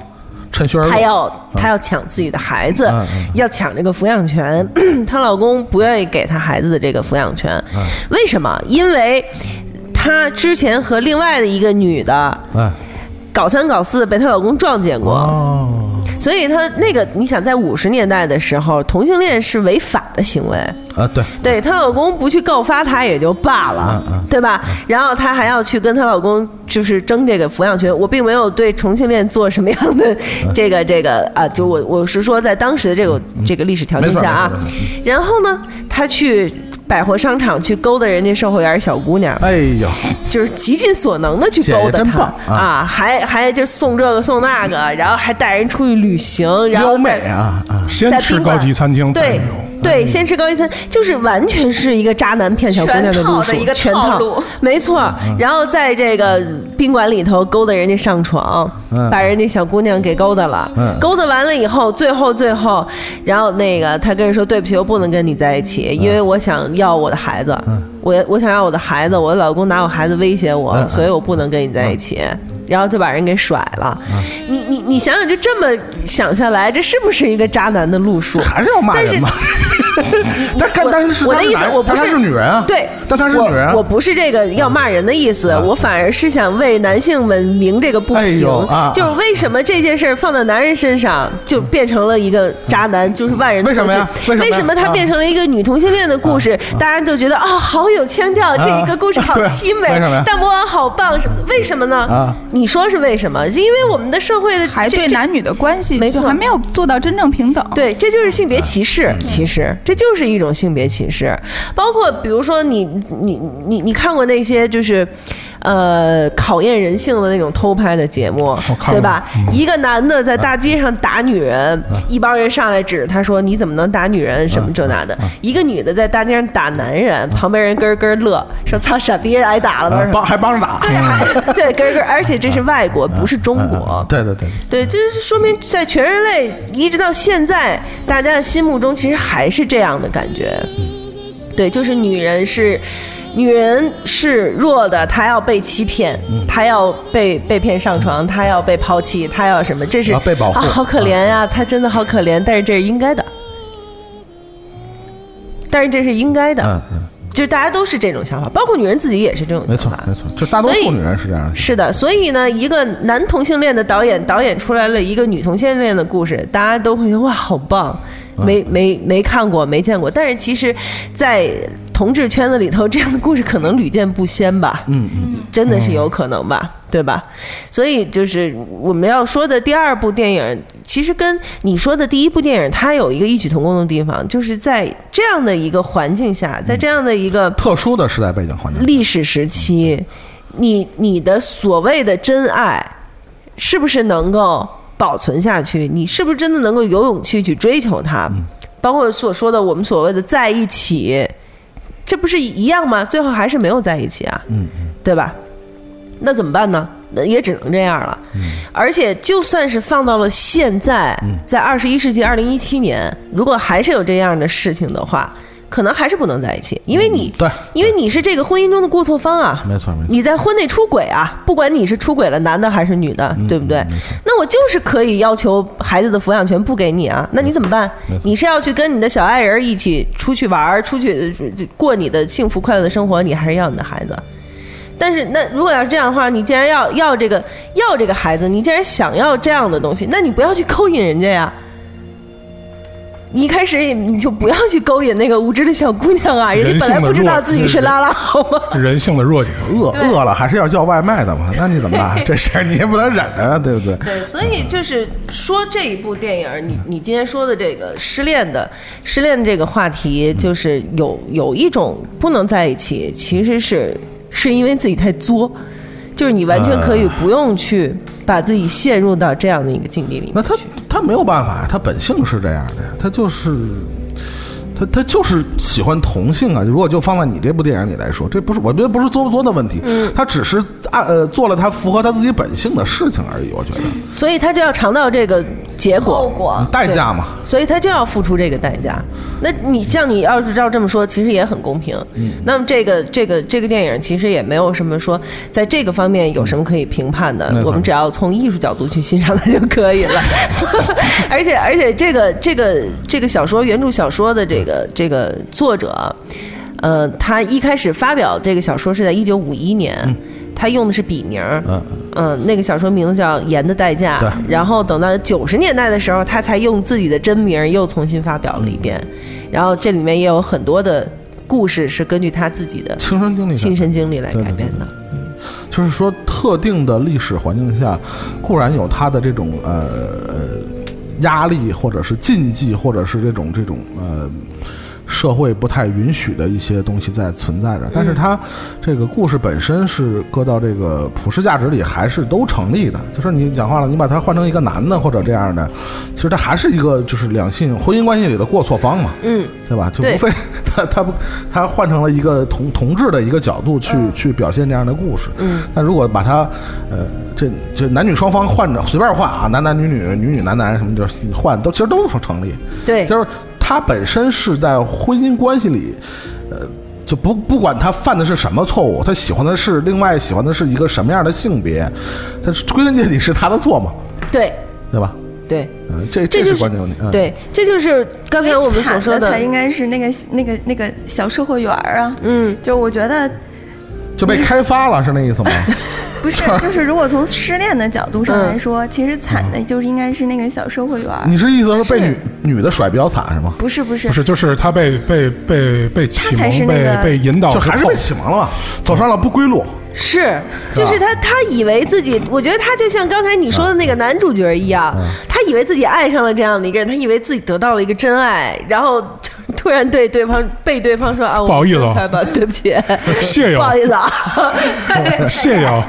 趁虚而入他。要他要抢自己的孩子嗯嗯，要抢这个抚养权， 她老公不愿意给她孩子的这个抚养权，嗯为什么？因为她之前和另外的一个女的嗯搞三搞四，被她老公撞见过，哦，所以她那个你想，在五十年代的时候，同性恋是违法的行为。啊对，对她老公不去告发她也就罢了，嗯嗯对吧？然后她还要去跟她老公就是争这个抚养权。我并没有对同性恋做什么样的嗯 这个、这个啊，就我我是说在当时的这个、这个历史条件下啊没错没错没。然后呢，她去百货商场去勾搭人家售货员小姑娘，哎呦，就是极尽所能的去勾姐姐搭真她棒啊啊，还还就送这个送那个，然后还带人出去旅行，然后撩妹再啊啊！先在吃宾高馆级餐厅再对旅游。嗯对，先吃高级餐，就是完全是一个渣男骗小姑娘全套路的数，一个全套套路没错。嗯然后在这个宾馆里头勾搭人家上床，嗯把人家小姑娘给勾搭了，嗯勾搭完了以后，最后最后，然后那个他跟人说对不起，我不能跟你在一起，嗯因为我想要我的孩子，我我想要我的孩子，我老公拿我孩子威胁我，嗯嗯嗯所以我不能跟你在一起。然后就把人给甩了，你你你想想，就这么想下来，这是不是一个渣男的路数？还是要骂 人嘛。但但但是我她的是意思男，人我不但她是女人啊，对，但她是女人啊啊我，我不是这个要骂人的意思，我反而是想为男性们鸣这个不哎平呦啊，嗯就是为什么这件事儿放到男人身上就变成了一个渣男，就是万人为什么呀同情为什么呀啊为什么它变成了一个女同性恋的故事？大家就觉得啊，好有腔调，这一个故事好对啊凄美为什么呀，大魔王好棒，什么为什么呢啊？你说是为什么？是因为我们的社会的还这对这男女的关系没就错还没有做到真正平等。对，这就是性别歧嗯视。其实这就是一种性别歧视，包括比如说你你你你看过那些就是，呃，考验人性的那种偷拍的节目我，看过对吧？嗯一个男的在大街上打女人，一帮人上来指着他说：“你怎么能打女人？”嗯什么这那的。一个女的在大街上打男人，旁边人咯咯乐，说：“操，傻逼，人挨打了吧啊？”帮还帮着打， 对，咯咯，而且这是外国，不是中国嗯。对对对，对，这就是说明在全人类一直到现在，大家的心目中其实还是这样的感觉。对，就是女人是。女人是弱的，她要被欺骗，嗯她要被被骗上床，她要被抛弃，她要什么？这是啊被保护啊，好可怜呀、她真的好可怜，但是这是应该的，但是这是应该的，嗯嗯，就是大家都是这种想法，包括女人自己也是这种没想错法，没错，就大多所以数女人是这样的。是的，所以呢，一个男同性恋的导演导演出来了一个女同性恋的故事，大家都会觉得哇，好棒，嗯没没没看过，没见过。但是其实，在同志圈子里头，这样的故事可能屡见不鲜吧，嗯嗯，真的是有可能吧，对吧？所以就是我们要说的第二部电影，其实跟你说的第一部电影，它有一个异曲同工的地方，就是在这样的一个环境下，在这样的一个特殊的时代背景环境，历史时期，你你的所谓的真爱，是不是能够保存下去？你是不是真的能够有勇气去追求它？嗯包括所说的我们所谓的在一起，这不是一样吗？最后还是没有在一起啊，嗯对吧？那怎么办呢？那也只能这样了。嗯而且，就算是放到了现在，在二十一世纪二零一七年，如果还是有这样的事情的话，可能还是不能在一起，因为你嗯对，因为你是这个婚姻中的过错方啊，没错没错，你在婚内出轨啊，不管你是出轨了男的还是女嗯的，对不对？那我就是可以要求孩子的抚养权不给你啊，那你怎么办？你是要去跟你的小爱人一起出去玩儿，出去呃过你的幸福快乐的生活，你还是要你的孩子？但是，那如果要是这样的话，你既然要要这个要这个孩子，你既然想要这样的东西，那你不要去勾引人家呀，你一开始你就不要去勾引那个无知的小姑娘啊，人家本来不知道自己是拉拉好吗？人性的弱点。饿饿了还是要叫外卖的嘛？那你怎么 办？这事儿你也不能忍啊，对不对？对，所以就是说这一部电影儿，你你今天说的这个失恋的失恋这个话题，就是有有一种不能在一起，其实是是因为自己太作，就是你完全可啊以不用去把自己陷入到这样的一个境地里那面他去。他没有办法呀，他本性是这样的呀，他就是他他就是喜欢同性啊。如果就放在你这部电影里来说，这不是我觉得不是作不作的问题，他只是按呃做了他符合他自己本性的事情而已。我觉得所以他就要尝到这个结果，后果嗯代价嘛，所以他就要付出这个代价。那你像你要是照这么说，其实也很公平。嗯，那么这个这个这个电影其实也没有什么说在这个方面有什么可以评判的，没错我们只要从艺术角度去欣赏它就可 以了。而且而且这个这个这个小说原著小说的这个这个作者。呃，他一开始发表这个小说是在一九五一年，他用的是笔名儿，嗯嗯，那个小说名字叫《盐的代价》对，然后等到九十年代的时候，他才用自己的真名又重新发表了一遍，然后这里面也有很多的故事是根据他自己的亲身经历，亲身经历来改编的。就是说特定的历史环境下，固然有他的这种呃呃压力，或者是禁忌，或者是这种这种呃。社会不太允许的一些东西在存在着，但是它这个故事本身是搁到这个普世价值里还是都成立的。就是你讲话了，你把它换成一个男的或者这样的，其实它还是一个就是两性婚姻关系里的过错方嘛，嗯，对吧？就对无非 他他不他换成了一个同同志的一个角度去嗯去表现这样的故事。嗯，那如果把它呃这这男女双方换着随便换啊，男男女女女女男男什么就是你换都其实都成成立。对就是他本身是在婚姻关系里，呃，就不不管他犯的是什么错误，他喜欢的是另外喜欢的是一个什么样的性别，他是归根结底是他的错嘛，对对吧？对，嗯、这这是就是关键问题。嗯、，对，这就是刚才我们所说惨的才，应该是那个那个那个小售货员儿啊，嗯，就我觉得就被开发了是那意思吗？不 是，就是如果从失恋的角度上嗯来说，其实惨的就是应该是那个小售货员啊儿，你是意思是被女女的甩比较惨是吗？不是不是不是，就是他被被被被启他才是蒙、那个被被引导就之哦还是后被，启蒙了吧，走上了不归路。是，就是他，他以为自己，我觉得他就像刚才你说的那个男主角一样，嗯他以为自己爱上了这样的一个人，他以为自己得到了一个真爱，然后突然对对方被对方说啊，我不好意思啊们分开吧，对不起， 谢谢不啊好意 思啊，谢谢啊，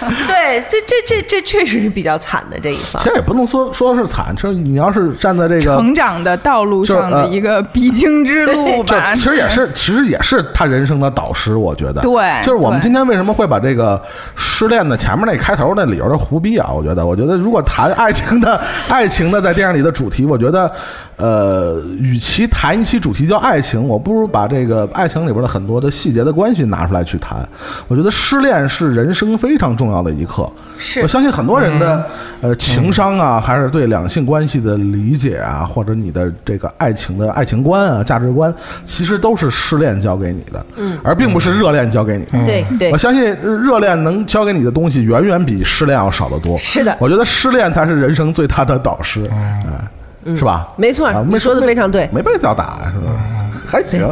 对，这这这这确实是比较惨的这一方其，实也不能说说是惨，就是你要是站在这个成长的道路上呃的一个必经之 路这吧。其实也是，其实也是他人生的导师，我觉得。对就是我们对今天为什么会把这个失恋的前面那开头那理由的胡逼啊？我觉得，我觉得如果谈爱情的爱情的在电影里的主题，我觉得，呃，与其谈一期主题叫爱情，我不如把这个爱情里边的很多的细节的关系拿出来去谈。我觉得失恋是人生非常重要的一课。是我相信很多人的、呃情商啊，还是对两性关系的理解啊，或者你的这个爱情的爱情观啊、价值观，其实都是失恋教给你的，嗯，而并不是热恋教给你的。嗯对对我，相信热恋能教给你的东西，远远比失恋要少得多。是的我觉得失恋才是人生最大的导师，嗯，是吧？没错啊，你说的非常对，没被吊打是吧？还行，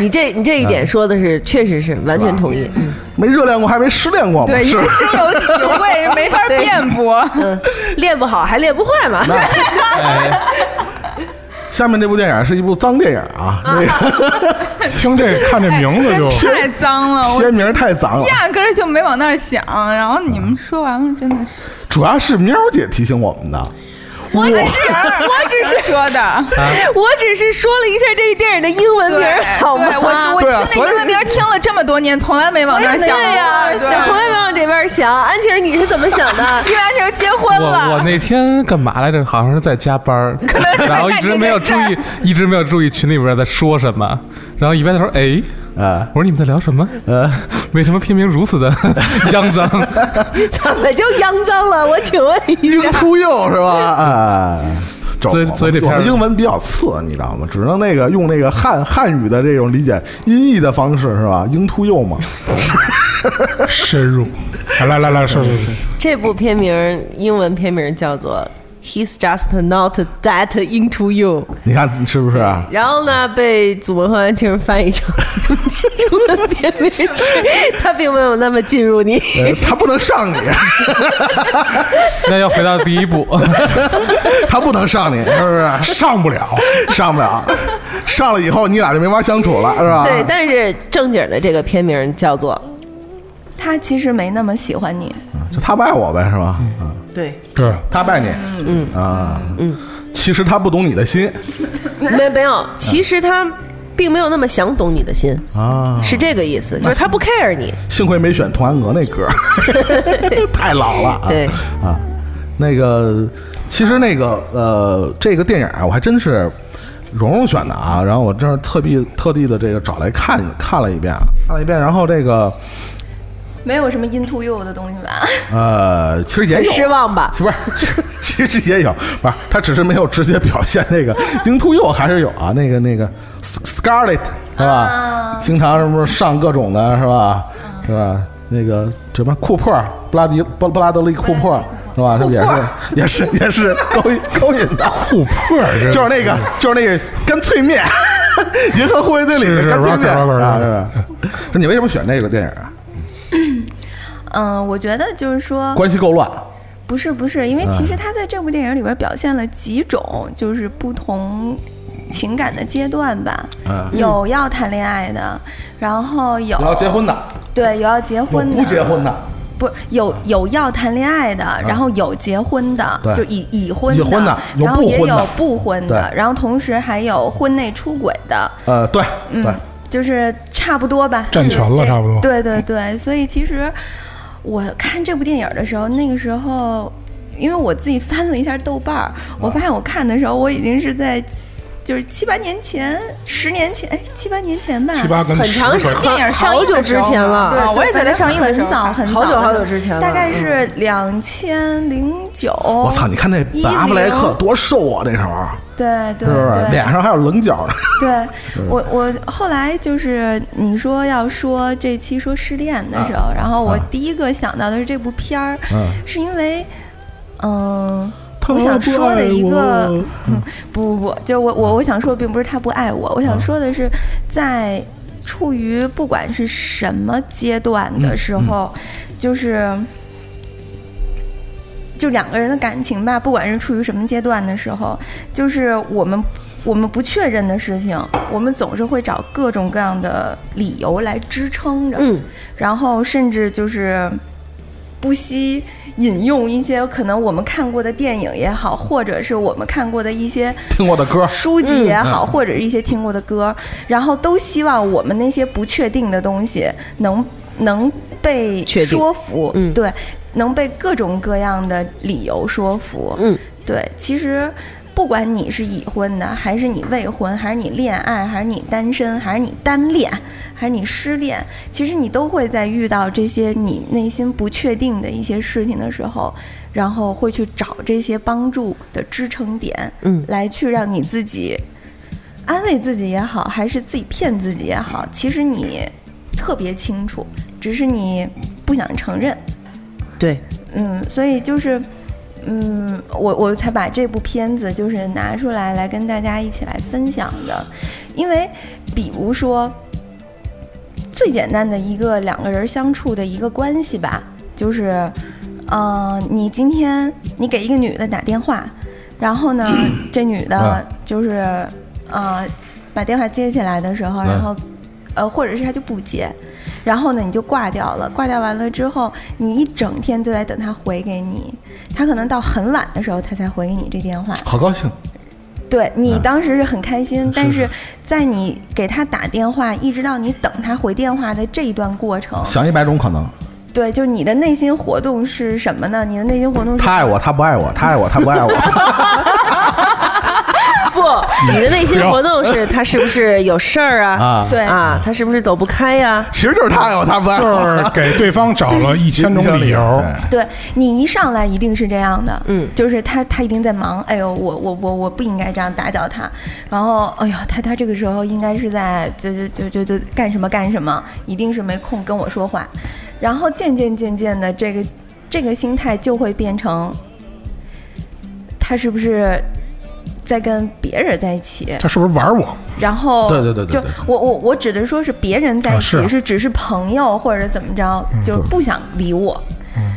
你这你这一嗯点说的是确实是完全同意，嗯 没热恋过还没失恋过嘛， 对，是因吧为深有体 会，没法辩驳。 嗯，练不好还练不坏嘛，下面这部电影是一部脏电影 啊，那个听这看这名字就真太脏了，我片名太脏了。压根儿就没往那儿想。然后你们说完了，真的是，哎主要是喵姐提醒我们的。我只是 我只是说的。 我只是说了一下这个电影的英文名儿，好吗？对我我对啊听所那以英文名儿听了这么多年，从来没往那儿想过。对哎呀、对我 ？从来没往这边想。安琪儿，你是怎么想 的因为安就是结婚我我了，那天干嘛来着？好像是在加班儿，然后一直没有注意，一直没有注意群里边在说什么。然后一边他说：“哎， 呃啊我说你们在聊什么？呃， 为什么片名如此的 肮脏？怎么就肮脏了？我请问一英秃鼬是吧？啊、找所以我所以这我们片儿英文比较次，你知道吗？只能那个用那个汉汉语的这种理解音译的方式是吧？英秃鼬 嘛，深入。来来来来，是是是，这部片名儿英文片名叫做《 He's just not that into you。你看是不是啊？然后呢，被祖文和安庆翻译成 中文变为是， 他并没有那么进入你。呃，他不能上你， 那要回到第一 步，他不能上你，是不是？上不了。上不了，上了以后你俩就没法相处了，是吧？对，但是正经的这个片名叫 做他其实没那么喜欢你，就他不爱我呗，是吧？啊，对，对，他不爱你，嗯啊，嗯，其实他不懂你的心没没有，其实他并没有那么想懂你的心，啊，是这个意思，就是他不 care 你。幸亏没选童安格那歌儿， 太老了、啊。对啊，那个其实那个呃，这个电影啊，我还真是蓉蓉选的啊，然后我真是特地特地的这个找来看看了一遍啊，看了一遍，然后这个没有什么 into you 的东西吧？呃，其实也很有失望吧？不是， 其实其实也有，不是，他只是没有直接表现那个鹰兔幼还是有啊，那个那个 Sc- Scarlet 是吧？啊经常什么上各种的是吧？是吧？那个什么库珀，布拉迪布布拉德利库珀是吧？是不是也是也是也是勾引勾引的？库珀是就是那个就是那个干脆面，银河护卫队里是的是干脆 Rocker，面 Rocker，啊， Rocker 是吧？ 说你为什么选这个电影啊？嗯、我觉得就是说，关系够乱，啊不是不是，因为其实他在这部电影里边表现了几种，就是不同情感的阶段吧。嗯有要谈恋爱的，然后有然后结婚的，对，有要结我婚的，不结婚的，不有有要谈恋爱的，然后有结婚的，啊对就已已婚已婚的有然后不也婚的有不婚的，对然后同时还有婚内出轨的，呃，对嗯对。就是差不多吧，占全了就是这差不多对对对，所以其实我看这部电影的时候，那个时候，因为我自己翻了一下豆瓣儿，啊我发现我看的时候，我已经是在就是七八年前、十年前，哎，七八年前吧，七八跟很十长时分间电影上好映的时候久之前了对，对，我也在反它正上映的时候很早看很好久的好久时候之前了大概是两千零九。我我操！你看那本阿弗莱克，多瘦啊，那时候对对是嗯不是？对脸上还有棱角呢。对，我我后来就是你说要说这期说失恋的时候，然后我啊第一个想到的是这部片儿，嗯是因为嗯。我想说的一个，嗯 不不不，就是我我我想说，并不是他不爱我，我想说的是，在处于不管是什么阶段的时候，就是就两个人的感情吧，不管是处于什么阶段的时候，就是我们我们不确认的事情，我们总是会找各种各样的理由来支撑着，嗯，然后甚至就是不惜引用一些可能我们看过的电影也好，或者是我们看过的一些听我的歌，书籍也嗯好，或者是一些听过的歌，然后都希望我们那些不确定的东西能能被确定说服，嗯对，能被各种各样的理由说服，嗯，对，其实。不管你是已婚的，还是你未婚，还是你恋爱，还是你单身，还是你单恋，还是你失恋，其实你都会在遇到这些你内心不确定的一些事情的时候，然后会去找这些帮助的支撑点，嗯来去让你自己安慰自己也好，还是自己骗自己也好，其实你特别清楚，只是你不想承认。对，嗯，所以就是，嗯，我我才把这部片子就是拿出来来跟大家一起来分享的，因为比如说最简单的一个两个人相处的一个关系吧，就是，呃，你今天你给一个女的打电话，然后呢，这女啊的就是，呃，把电话接起来的时候，然嗯后，呃，或者是她就不接，然后呢，你就挂掉了。挂掉完了之后，啊你一整天都在等他回给你，他可能到很晚的时候他才回给你这电话。好高兴。嗯对你当时是很开心，但是是在你给他打电话，一直到你等他回电话的这一段过程，想一百种可能，对，就是你的内心活动是什么呢？你的内心活动是他爱我，他不爱我，他爱我，他不爱我。 不，你的内心活动 是他是不是有事儿啊？啊对啊，他是不是走不开呀？其实就是他爱我，他不爱就我。是给对方找了一千种理由，对对你一上来一定是这样的，嗯就是他他一定在忙，哎呦，我我我我不应该这样打搅他，然后哎呦，他他这个时候应该是在就就就就就干什么干什么，一定是没空跟我说话，然后渐渐渐渐的这个这个心态就会变成。他是不是在跟别人在一起？ 他是不是玩我？然后对对对对就对我我我指的说是别人在一起，啊是啊是只是朋友或者怎么着，嗯就是不想理我。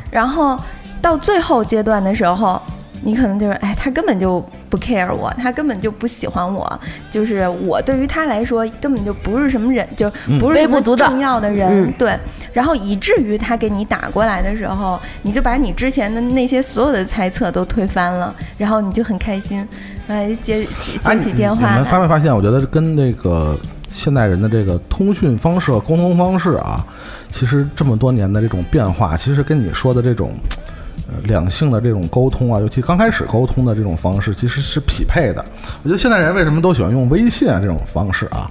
然后到最后阶段的时候，你可能就是哎，他根本就不 care 我，他根本就不喜欢我，就是我对于他来说根本就不是什么人，就嗯不是微什不么足道重要的人。嗯对，然后以至于他给你打过来的时候，你就把你之前的那些所有的猜测都推翻了，然后你就很开心，哎，接接哎，接起电话你来。们发没发现？我觉得跟那个现代人的这个通讯方式、沟通方式啊，其实这么多年的这种变化，其实跟你说的这种。呃，两性的这种沟通啊，尤其刚开始沟通的这种方式，其实是匹配的。我觉得现代人为什么都喜欢用微信啊这种方式啊，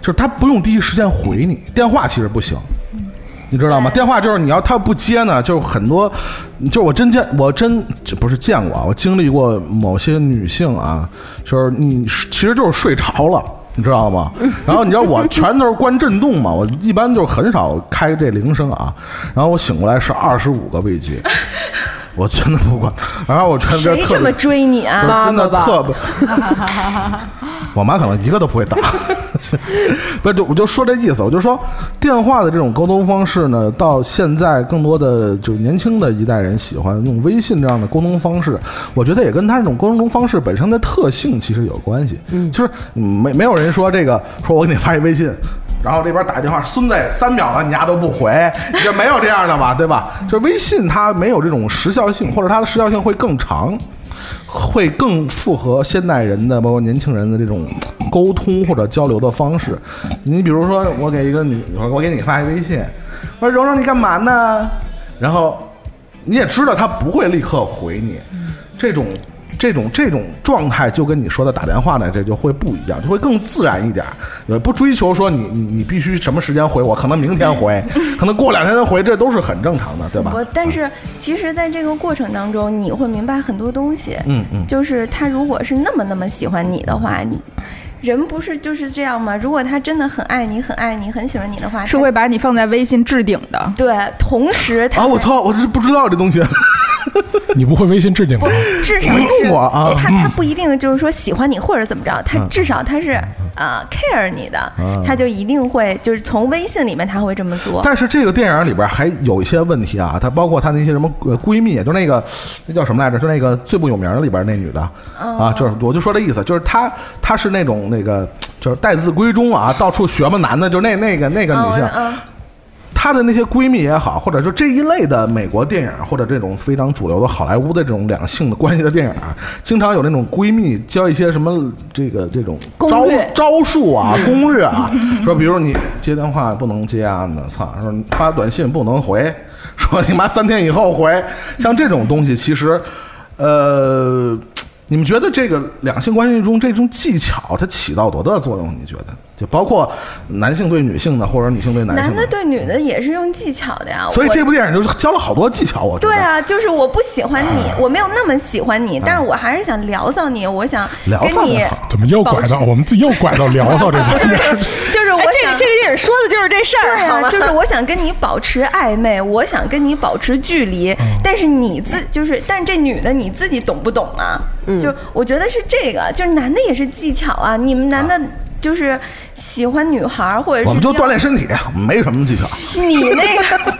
就是他不用第一时间回你，电话其实不行。你知道吗？电话就是你要他不接呢，就是很多，就是我真见我真这不是见过啊，我经历过某些女性啊，就是你其实就是睡着了。你知道吗？然后你知道我全都是关震动嘛，我一般就是很少开这铃声啊。然后我醒过来是二十五个未接，我真的不管。然后我全边 谁特这么别追你就啊？是 真的妈妈吧特 别，我妈可能一个都不会打。 不，就我就说这意思，我就说电话的这种沟通方式呢，到现在更多的就是年轻的一代人喜欢用微信这样的沟通方式，我觉得也跟他这种沟通方式本身的特性其实有关系。嗯，就是没没有人说这个，说我给你发一微信。然后这边打一电话，孙子三秒了，你丫都不回，这没有这样的吧，对吧？就是微信它没有这种时效性，或者它的时效性会更长。会更符合现代人的，包括年轻人的这种沟通或者交流的方式。你比如说，我给一个女，我我给你发一微信，我说蓉蓉你干嘛呢？然后你也知道她不会立刻回你，这种这种这种状态就跟你说的打电话呢，这就会不一样，就会更自然一点儿，也不追求说你你你必须什么时间回我，可能明天回，可能过两天再回，这都是很正常的，对吧我？但是其实，在这个过程当中，你会明白很多东西。嗯嗯就是他如果是那么那么喜欢你的话，你人不是就是这样吗？如果他真的很爱你，很爱你，很喜欢你的话，是他会把你放在微信置顶的。对。同时他，啊，我操，我这是不知道这东西。你不会微信置顶吗？ 至少没是用过啊嗯他他不一定就是说喜欢你或者怎么着，他至少他是呃 care 你的，他就一定会就是从微信里面他会这么做。但是这个电影里边还有一些问题啊，它包括她那些什么呃闺蜜，就那个那叫什么来着？就那个最不有名的里边那女的啊，就是我就说这意思，就是她她是那种那个就是待字闺中啊，到处学吧男的，就那那个那个啊女我性，嗯，她的那些闺蜜也好，或者说这一类的美国电影或者这种非常主流的好莱坞的这种两性的关系的电影啊，经常有那种闺蜜教一些什么这个这种攻招略招数啊、攻 略啊，说比如你接电话不能接啊，那操，说你发短信不能回，说你妈三天以后回，像这种东西其实，呃。你们觉得这个两性关系中这种技巧它起到多大的作用？你觉得？就包括男性对女性的，或者女性对男性男的的对女的也是用技巧的呀。所以我这部电影就是教了好多技巧，我觉得。对啊，就是我不喜欢你，啊我没有那么喜欢你，但是我还是想聊骚你，我想聊跟骚你得，好怎么又拐到我们自己又拐到聊骚这方面？就是我这想个这个电影说的就是这事儿，对好啊，吧就是我想跟你保持暧昧，我想跟你保持距离，嗯但是你自就是，但这女的你自己懂不懂啊？就我觉得是这个，就是男的也是技巧啊，你们男的就是喜欢女孩儿或者是我们就要锻炼身体，啊没什么技巧。你那个，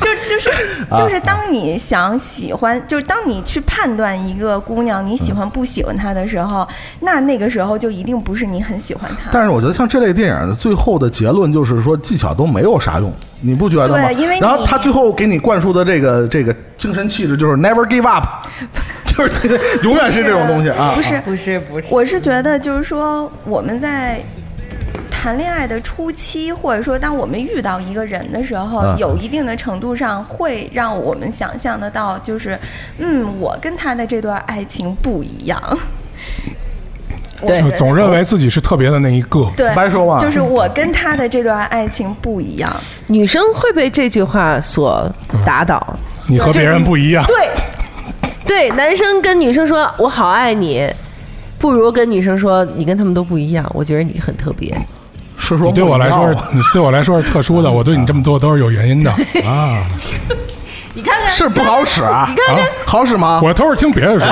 就就是啊就是，当你想喜欢，就是当你去判断一个姑娘你喜欢不喜欢她的时候，那那个时候就一定不是你很喜欢她。但是我觉得像这类电影，最后的结论就是说技巧都没有啥用，你不觉得吗？对因为你然后他最后给你灌输的这个这个精神气质就是 never give up，就是 这个永远是这种东西啊。不是，不是不是，我是觉得就是说我们在。谈恋爱的初期，或者说当我们遇到一个人的时候，嗯有一定的程度上会让我们想象得到，就是，嗯，我跟他的这段爱情不一样。 对就总认为自己是特别的那一个。对 Special one 就是我跟他的这段爱情不一样。女生会被这句话所打倒。你和别人不一样，对，对，男生跟女生说“我好爱你”，不如跟女生说“你跟他们都不一样”，我觉得你很特别。是你说对我来说莫是里奥，你对我来说是特殊的，我对你这么做都是有原因的。你看看，是不好使啊？你看看啊好使吗？我都是听别人说，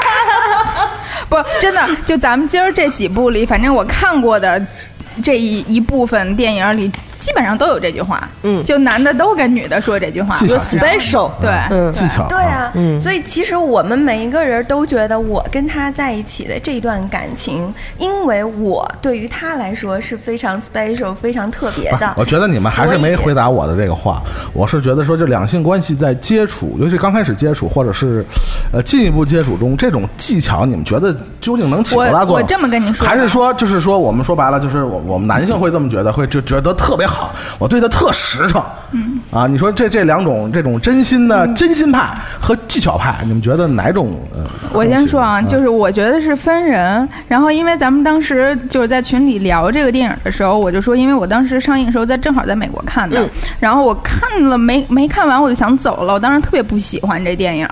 不，真的，就咱们今儿这几部里，反正我看过的这一一部分电影里，基本上都有这句话。嗯就男的都跟女的说这句话。技巧有 special，对，嗯，技巧嗯对啊，所以其实我们每一个人都觉得我跟他在一起的这段感情，因为我对于他来说是非常 special、非常特别不的。我觉得你们还是所以没回答我的这个话。我是觉得说，就两性关系在接触，尤其刚开始接触，或者是呃进一步接触中，这种技巧，你们觉得究竟能起多大我作我用？这么跟你说吧还是说就是说，我们说白了，就是我我们男性会这么觉得，会就觉得特别好，我对他特实诚。嗯啊，你说这这两种这种真心嗯的、真心派和技巧派，你们觉得哪种？呃、我先说啊，就是是我觉得是分人。然后，因为咱们当时就是在群里聊这个电影的时候，我就说，因为我当时上映的时候在正好在美国看的，然后我看了没没看完我就想走了，我当时特别不喜欢这电影，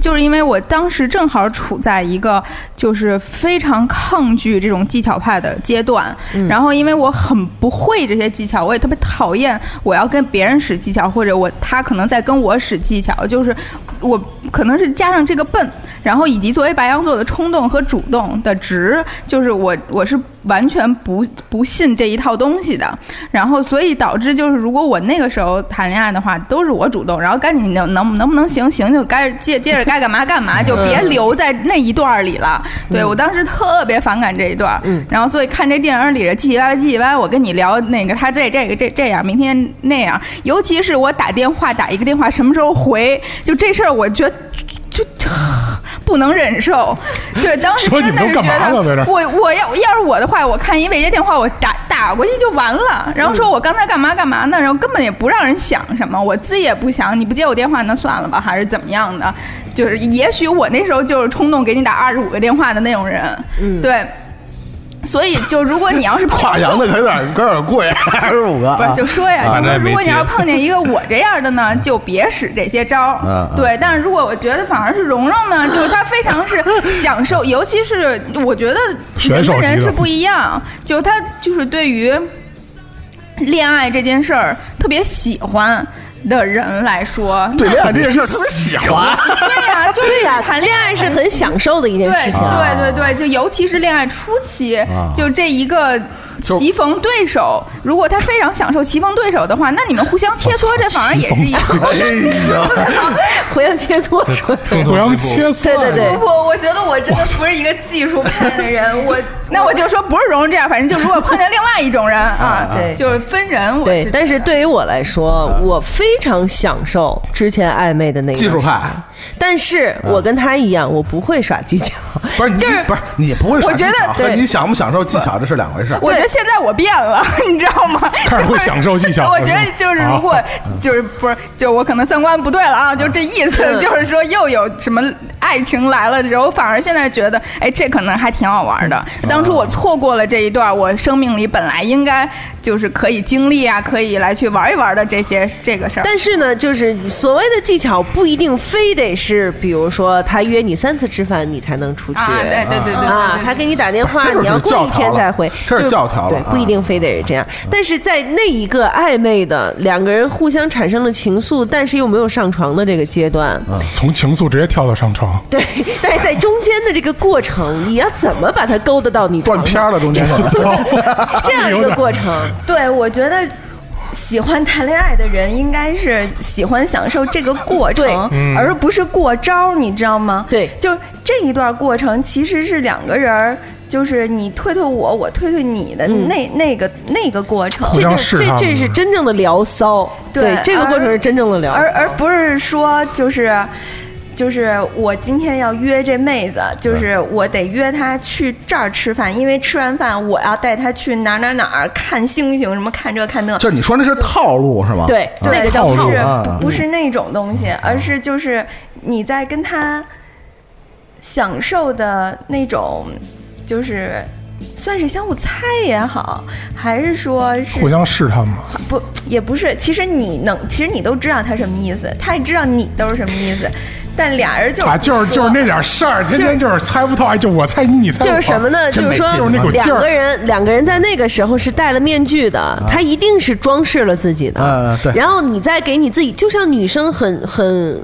就是因为我当时正好处在一个就是非常抗拒这种技巧派的阶段，然后因为我很不会这些技巧，我也特别讨厌我要跟别人使技巧，或者我他可能在跟我使技巧，就是我可能是加上这个笨，然后以及作为白羊座的冲动和主动的值，就是我我是完全不不信这一套东西的。然后所以导致就是，如果我那个时候谈恋爱的话，都是我主动，然后该你能能能不能行行就该接接着该干嘛干嘛，就别留在那一段儿里了。对我当时特别反感这一段儿，然后所以看这电影里的唧唧歪歪唧唧歪，歪，我跟你聊那个他这这个这这样，明天那样，尤其是我打电话打一个电话什么时候回，就这事儿我觉得就。 就不能忍受，对，当时说你真们的都是觉干嘛得呢在这儿我我要要是我的话，我看一未接电话，我打打过去就完了，然后说嗯我刚才干嘛干嘛呢，然后根本也不让人想什么，我自己也不想，你不接我电话那算了吧，还是怎么样的？就是也许我那时候就是冲动给你打二十五个电话的那种人，嗯，对。所以，就如果你 要是跨洋的可有点有点贵， 二十五个不是啊，就说呀，就啊这是也如没果你要接碰见一个我这样的 呢，就别使这些招嗯啊儿。嗯对，但是如果我觉得反而是蓉蓉 呢，就是她非常是享受，尤其是我觉得选人手跟级人的是不一样，就她就是对于恋爱这件事儿特别喜欢的人来 说，对恋爱这件 事儿特别喜欢。对呀，就是对呀，谈恋爱是很享受的一件事对情。对对对，就尤其是恋爱初期，就这一个。就棋逢对手，如果他非常享受棋逢对手的话，那你们互相切磋，这反而也是一种。哎呀，互相切磋说的，互相切磋。 对对对， 我我觉得我真的不是一个技术派的人，我 那我就说不是蓉蓉这样，反正就如果碰见另外一种人啊，对就是分人。我对，但是是对于我来说，我非常享受之前暧昧的那个技术派，但是我跟他一样，我不会耍技巧。不是你就是不是你不会耍我觉得技巧和对你享不享受技巧这是两回事儿。我觉得现在我变了， 你知道吗？开始会享受技巧 了我觉得就是如果是啊 就是不是就我可能三观不对了嗯啊，就这意嗯思，就是说又有什么爱情来了之后，反而现在觉得，哎，这可能还挺好玩的。嗯当初我错过了这一段，我生命里本来应该就是可以经历啊，可以来去玩一玩的这些这个事儿。但是呢，就是所谓的技巧，不一定非得是，比如说他约你三次吃饭，你才能出去。啊，对对对对啊，对他给你打电话，这就是你要过一天再回，教条了这是就教条了对啊，不一定非得是这样。但是在那一个暧昧的两个人互相产生了情愫，但是又没有上床的这个阶段，嗯从情愫直接跳到上床，对， 但是在中间的这个过程，你要怎么把它勾搭到你断 床片儿了中间。 啊上这样一个过程？对我觉得。喜欢谈恋爱的人应该是喜欢享受这个过程，而不是过招儿，你知道吗？对就是这一段过程其实是两个人儿，就是你推推我，我推推你的那、那个那个过程，互这相就试是啊探这这是真正的聊骚，对这个过程是真正的聊骚，而而不是说就是就是我今天要约这妹子，就是我得约她去这儿吃饭，因为吃完饭我要带她去哪儿哪儿哪儿看星星，什么看这看那。就是你说那是套路是吗？对啊那对，个叫不套是路啊不不是那种东西，而是就是你在跟他享受的那种，就是算是相互猜也好，还是说是互相试探嘛。不，也不是。其实你能，其实你都知道他什么意思，他也知道你都是什么意思，但俩人就是啊，就是就是那点事儿，天天就是猜不透，哎，就我猜你，你猜我就是什么呢？真就没是说劲就是啊那股，劲儿两个人两个人在那个时候是戴了面具的，他一定是装饰了自己的。啊嗯对然后你再给你自己，就像女生很很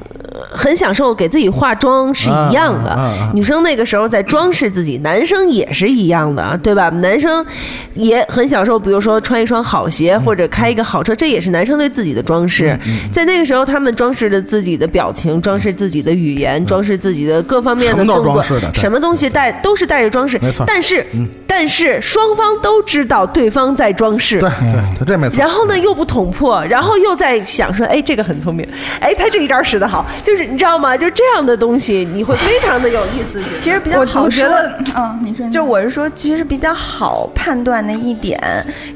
很享受给自己化妆是一样的。啊啊啊啊女生那个时候在装饰自己，男生也是一样的，啊对吧？男生也很享受，比如说穿一双好鞋嗯或者开一个好车，这也是男生对自己的装饰。在那个时候，他们装饰着自己的表情，装饰自己的语言，装饰自己的各方面什的么都是嗯动作装饰的，对什么东西带都是带着装饰。没错嗯但是但是双方都知道对方在装饰。对对，他这没错。然后呢，又不捅破，然后又在想说，哎，这个很聪明，哎，他这一招使得好，就是你知道吗？就这样的东西，你会非常的有意思。觉得其实比较我好我说觉得，嗯，你说就我是说，其实比较好判断的一点，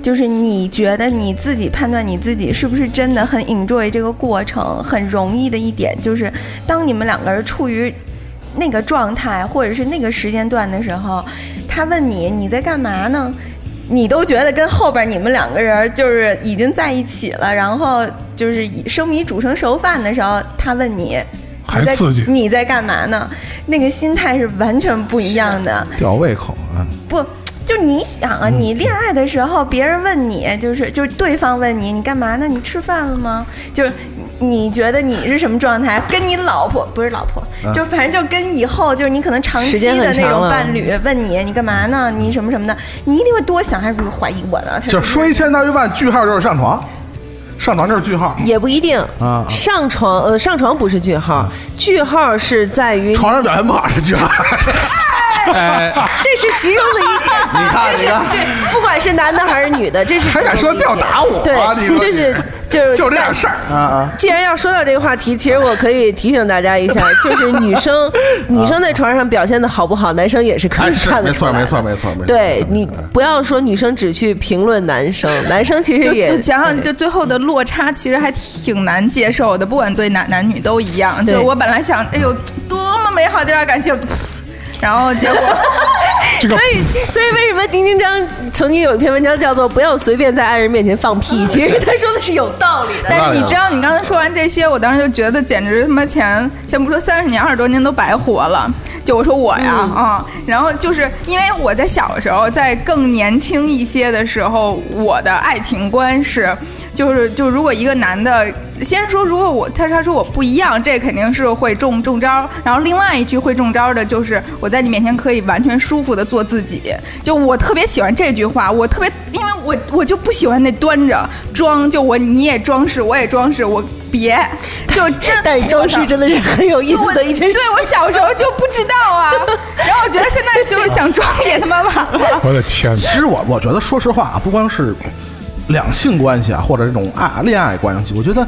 就是你觉得你自己判断你自己是不是真的很 enjoy 这个过程，很容易的一点就是，当你们两个人处于那个状态或者是那个时间段的时候，他问你你在干嘛呢？你都觉得跟后边你们两个人就是已经在一起了，然后就是以生米煮成熟饭的时候，他问你还你在刺激你在干嘛呢？那个心态是完全不一样的。吊胃口啊，不，就你想啊，嗯你恋爱的时候，别人问你，就是就是对方问你，你干嘛呢？你吃饭了吗？就是你觉得你是什么状态？跟你老婆不是老婆，就反正就跟以后就是你可能长啊时期间的很那长种了伴侣问你，你干嘛呢？你什么什么的，你一定会多想，还是不是怀疑我呢？他就不是是说一千道一万，句号就是上床，上床就是句号，也不一定啊上床呃，上床不是句号，句号是在于床上表现不好是句 号。哎，这是其中的一点。 你看，你看，对，不管是男的还是女的，这是还敢说其中的一点吊打我啊你对，说就是就 是就这点事儿啊啊！ 既然要说到这个话题，其实我可以提醒大家一下，就是女 生女生在床上表现的好不好，男生也是可哎，以是看没得出错，来的。没错，没错，没错。哎对没你错不要说女生只去评论男生，男生其就实也嗯就想想，就最后的落差其实还挺难接受的，不管对男男女都一样。对就我本来想，哎呦，多么美好的一段感情，然后结果这个所以为什么丁丁章曾经有一篇文章叫做“不要随便在爱人面前放 屁”，其实他说的是有道理的。但是你知道，你刚才说完这些，我当时就觉得简直他妈前先不说三十年、二十多年都白活了。就我说我呀啊、然后就是因为我在小时候，在更年轻一些的时候，我的爱情观是，就是就如果一个男的先说，如果我他他说我不一样，这肯定是会中中招。然后另外一句会中招的就是我在你面前可以完全舒服的做自己。就我特别喜欢这句话，我特别因为我我就不喜欢那端着装，就我你也装饰，我也装饰，我别就真 但是装饰真的是很有意我思的一件事对。我小时候就不知道啊，然后我觉得现在就是想装也他妈晚 了。我的天哪！ 其实我我觉得，说实话啊，不光是两性关系啊，或者这种爱恋爱关系，我觉得，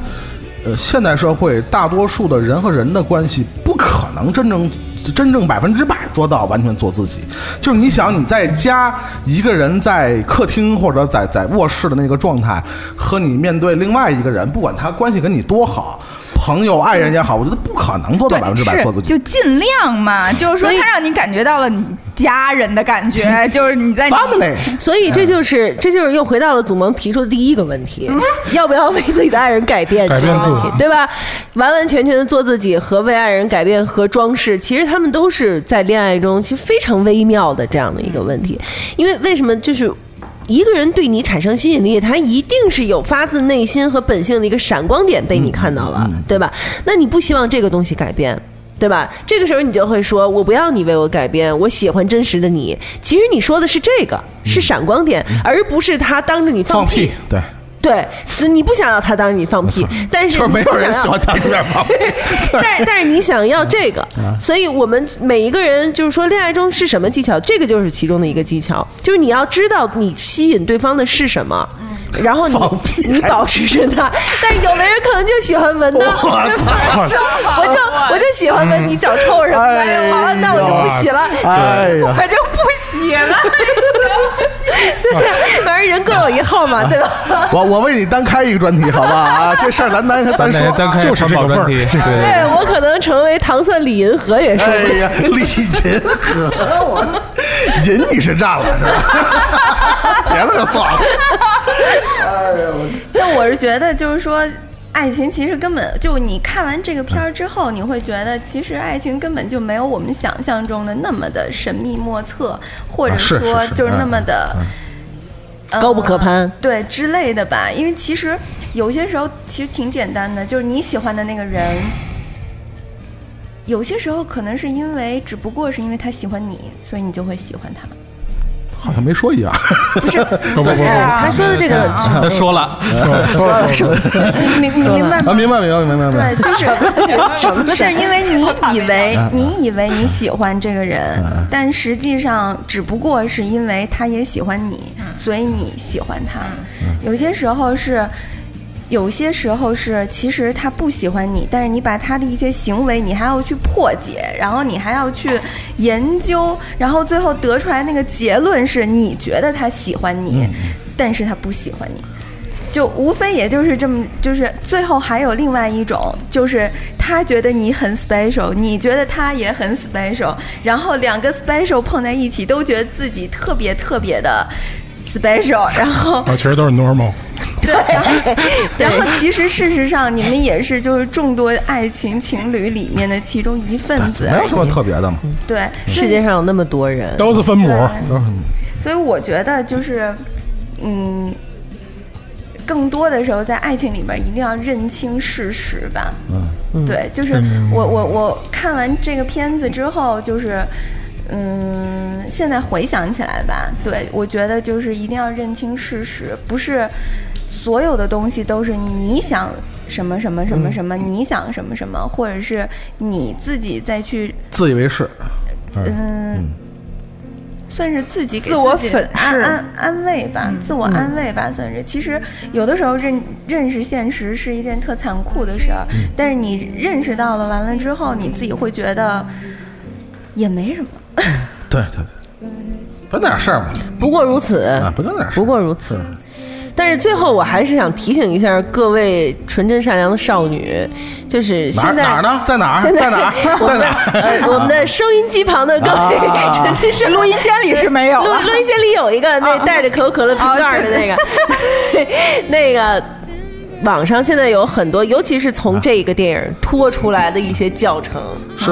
呃，现代社会大多数的人和人的关系不可能真正真正百分之百做到完全做自己。就是你想你在家一个人在客厅或者在在卧室的那个状态，和你面对另外一个人，不管他关系跟你多好，朋友、爱人也好，我觉得不可能做到百分之百做自是，己就。尽量嘛，就是说所以他让你感觉到了你家人的感觉，就是你在你 Family，所以这就是这就是又回到了祖萌提出的第一个问题：嗯要不要为自己的爱人改变？改变自我这个问题对吧？完完全全的做自己和为爱人改变和装饰，其实他们都是在恋爱中其实非常微妙的这样的一个问题。因为为什么就是？一个人对你产生吸引力，他一定是有发自内心和本性的一个闪光点被你看到了，对吧？那你不希望这个东西改变，对吧？这个时候你就会说：“我不要你为我改变，我喜欢真实的你。”其实你说的是这个，是闪光点，而不是他当着你放放屁，对，对，是你不想要他当着你放屁， 但是就是没有 人喜欢他。他们那放屁。对嗯但是但是你想要这个，所以我们每一个人就是说，恋爱中是什么技巧？这个就是其中的一个技巧，就是你要知道你吸引对方的是什么，然后嗯放你屁你保持着它。但有的人可能就喜欢 闻呢，对吧 我就我就喜欢闻你脚臭什么的，哎呦好了，那我就不洗了。哎呀，我就不洗了。 反正人各有一号嘛，对吧？我我为你单开一个专题，好吧？啊，这事儿咱单咱咱得说。啊单开就环是这保个味专儿题，这个对对我可能成为糖蒜李银河也是。哎呀，李银河，银你是占了是吧？别的就算了。但我是觉得， 就是说，爱情其实根本就你看完这个片儿之后，你会觉得其实爱情根本就没有我们想象中的那么的神秘莫测，或者啊是是说是就是那嗯么的、呃高不可攀对之类的吧。因为其实有些时候其实挺简单的，就是你喜欢的那个人。有些时候可能是因为，只不过是因为他喜欢你，所以你就会喜欢他。好像没说一样。 不不不，他说的这嗯个他说 了，说了说了， 明明明白 啊，吗？明白明白明白明白。对， 就是是因为你以为你以为你喜欢这个人，但实际上只不过是因为他也喜欢你，所以你喜欢他。有些时候是。有些时候是，其实他不喜欢你，但是你把他的一些行为，你还要去破解，然后你还要去研究，然后最后得出来那个结论是，你觉得他喜欢你，但是他不喜欢你。就无非也就是这么，就是最后还有另外一种，就是他觉得你很 special，你觉得他也很 special，然后两个 special 碰在一起，都觉得自己特别特别的 special，然 后啊，其实都是 normal。对，然后然后其实事实上你们也是就是众多爱情情侣里面的其中一份子嗯没而有已什，么特别的嘛，对， 世界上有那么多人，都是分母，对，所以我觉得就是，嗯，更多的时候在爱情里面一定要认清事实吧。嗯，对，就是我我我看完这个片子之后，就是。嗯，现在回想起来吧，对我觉得就是一定要认清事实，不是所有的东西都是你想什么什么什么什么，你想什么什么，或者是你自己再去自以为是。嗯，算是自己给自我己粉安饰嗯安安慰吧，自我安慰吧，算是。其实有的时候认认识现实是一件特残酷的事儿，嗯但是你认识到了，完了之后你自己会觉得也没 什么。对对对，不那点事儿嘛，不过如此。啊，不那点事儿。不过如此是。但是最后，我还是想提醒一下各位纯真善良的少女，就哪是儿现在哪儿呢？在哪儿？现在在哪儿？ 我在们的哪儿？呃我们的收音机旁的各位啊 纯真善录良。音间里是没有啊录了。 哦录音间里有一个那带着可口可乐瓶盖儿的那个， 那个网上现在有很多，尤其是从这个电影拖出来的一些教程，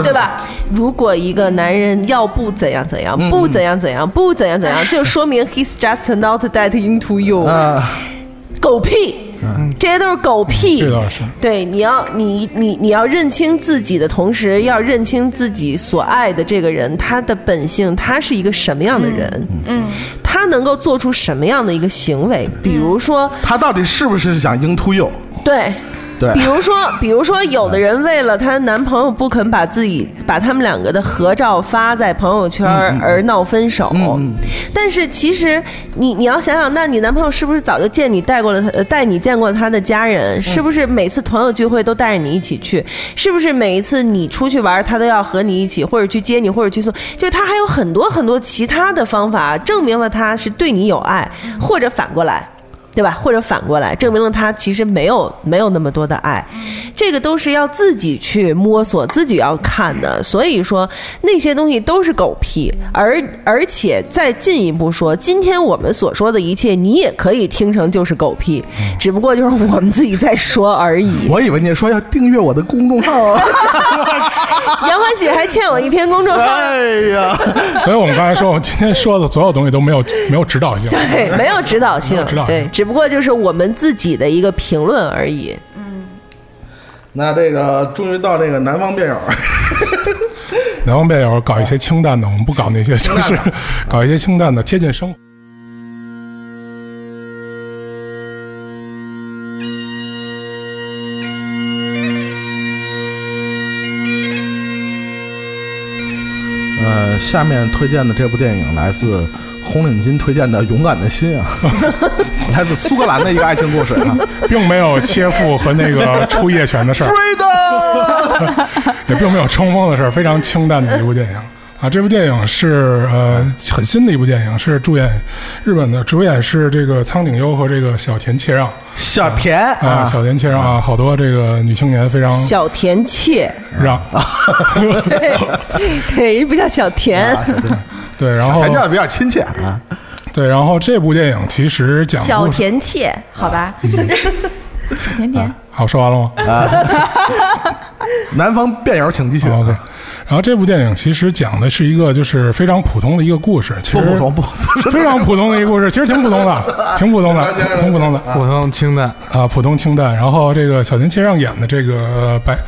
对吧？如果一个男人要不怎样怎样，不怎样怎样，不怎样怎样，就说明 he's just not that into you。啊，狗屁，这些都是狗屁。嗯这倒是对，你要你你你要认清自己的同时，要认清自己所爱的这个人他的本性，他是一个什么样的人，嗯，他能够做出什么样的一个行为，比如说，他到底是不是想 into you？对。对比如说，比如说，有的人为了她男朋友不肯把自己把他们两个的合照发在朋友圈儿而闹分手，但是其实你你要想想，那你男朋友是不是早就见你带过了他，呃带你见过他的家人？是不是每次朋友聚会都带着你一起去？是不是每一次你出去玩，他都要和你一起，或者去接你，或者去送？就是他还有很多很多其他的方法证明了他是对你有爱，或者反过来。对吧？或者反过来，证明了他其实没有没有那么多的爱，这个都是要自己去摸索，自己要看的。所以说那些东西都是狗屁，而而且再进一步说，今天我们所说的一切，你也可以听成就是狗屁，只不过就是我们自己在说 而已。我以为你说要订阅我的公众号 啊。杨欢喜还欠我一篇公众号。哎呀，所以我们刚才说，我今天说的所有东西都没 有没有指导性。对，没有指导性没有指导，性对，只不过就是我们自己的一个评论而已。那这个终于到这个南方辩友，南方辩友搞一些清淡的，我们不搞那些，就是 搞一些清淡的，贴近生活。呃，下面推荐的这部电影来自红领巾推荐的《勇敢的心》啊，来自苏格兰的一个爱情故事啊。并没有切腹和那个出夜权的事儿， Freedom，也并没有冲锋的事儿，非常清淡的一部电影啊。这部电影是呃很新的一部电影，是主演日本的，主演是这个苍井优和这个小田切让小田啊，小田切让啊，好多这个女青年非常小田切，让，啊对，不叫小啊田， 对，然小后田叫的比较亲切啊。对，然后这部电影其实讲小故事，啊田切，好吧，甜甜， 好说完了吗？啊南方辩友请继续。 OK，然后这部电影其实讲的是一个就是非常普通的一个故事，其实不普通不不是非常普通的一个故事，其实挺普通的，挺普通的，挺普通的普通清淡，啊，普通清淡。然后这个小田切让演的这个白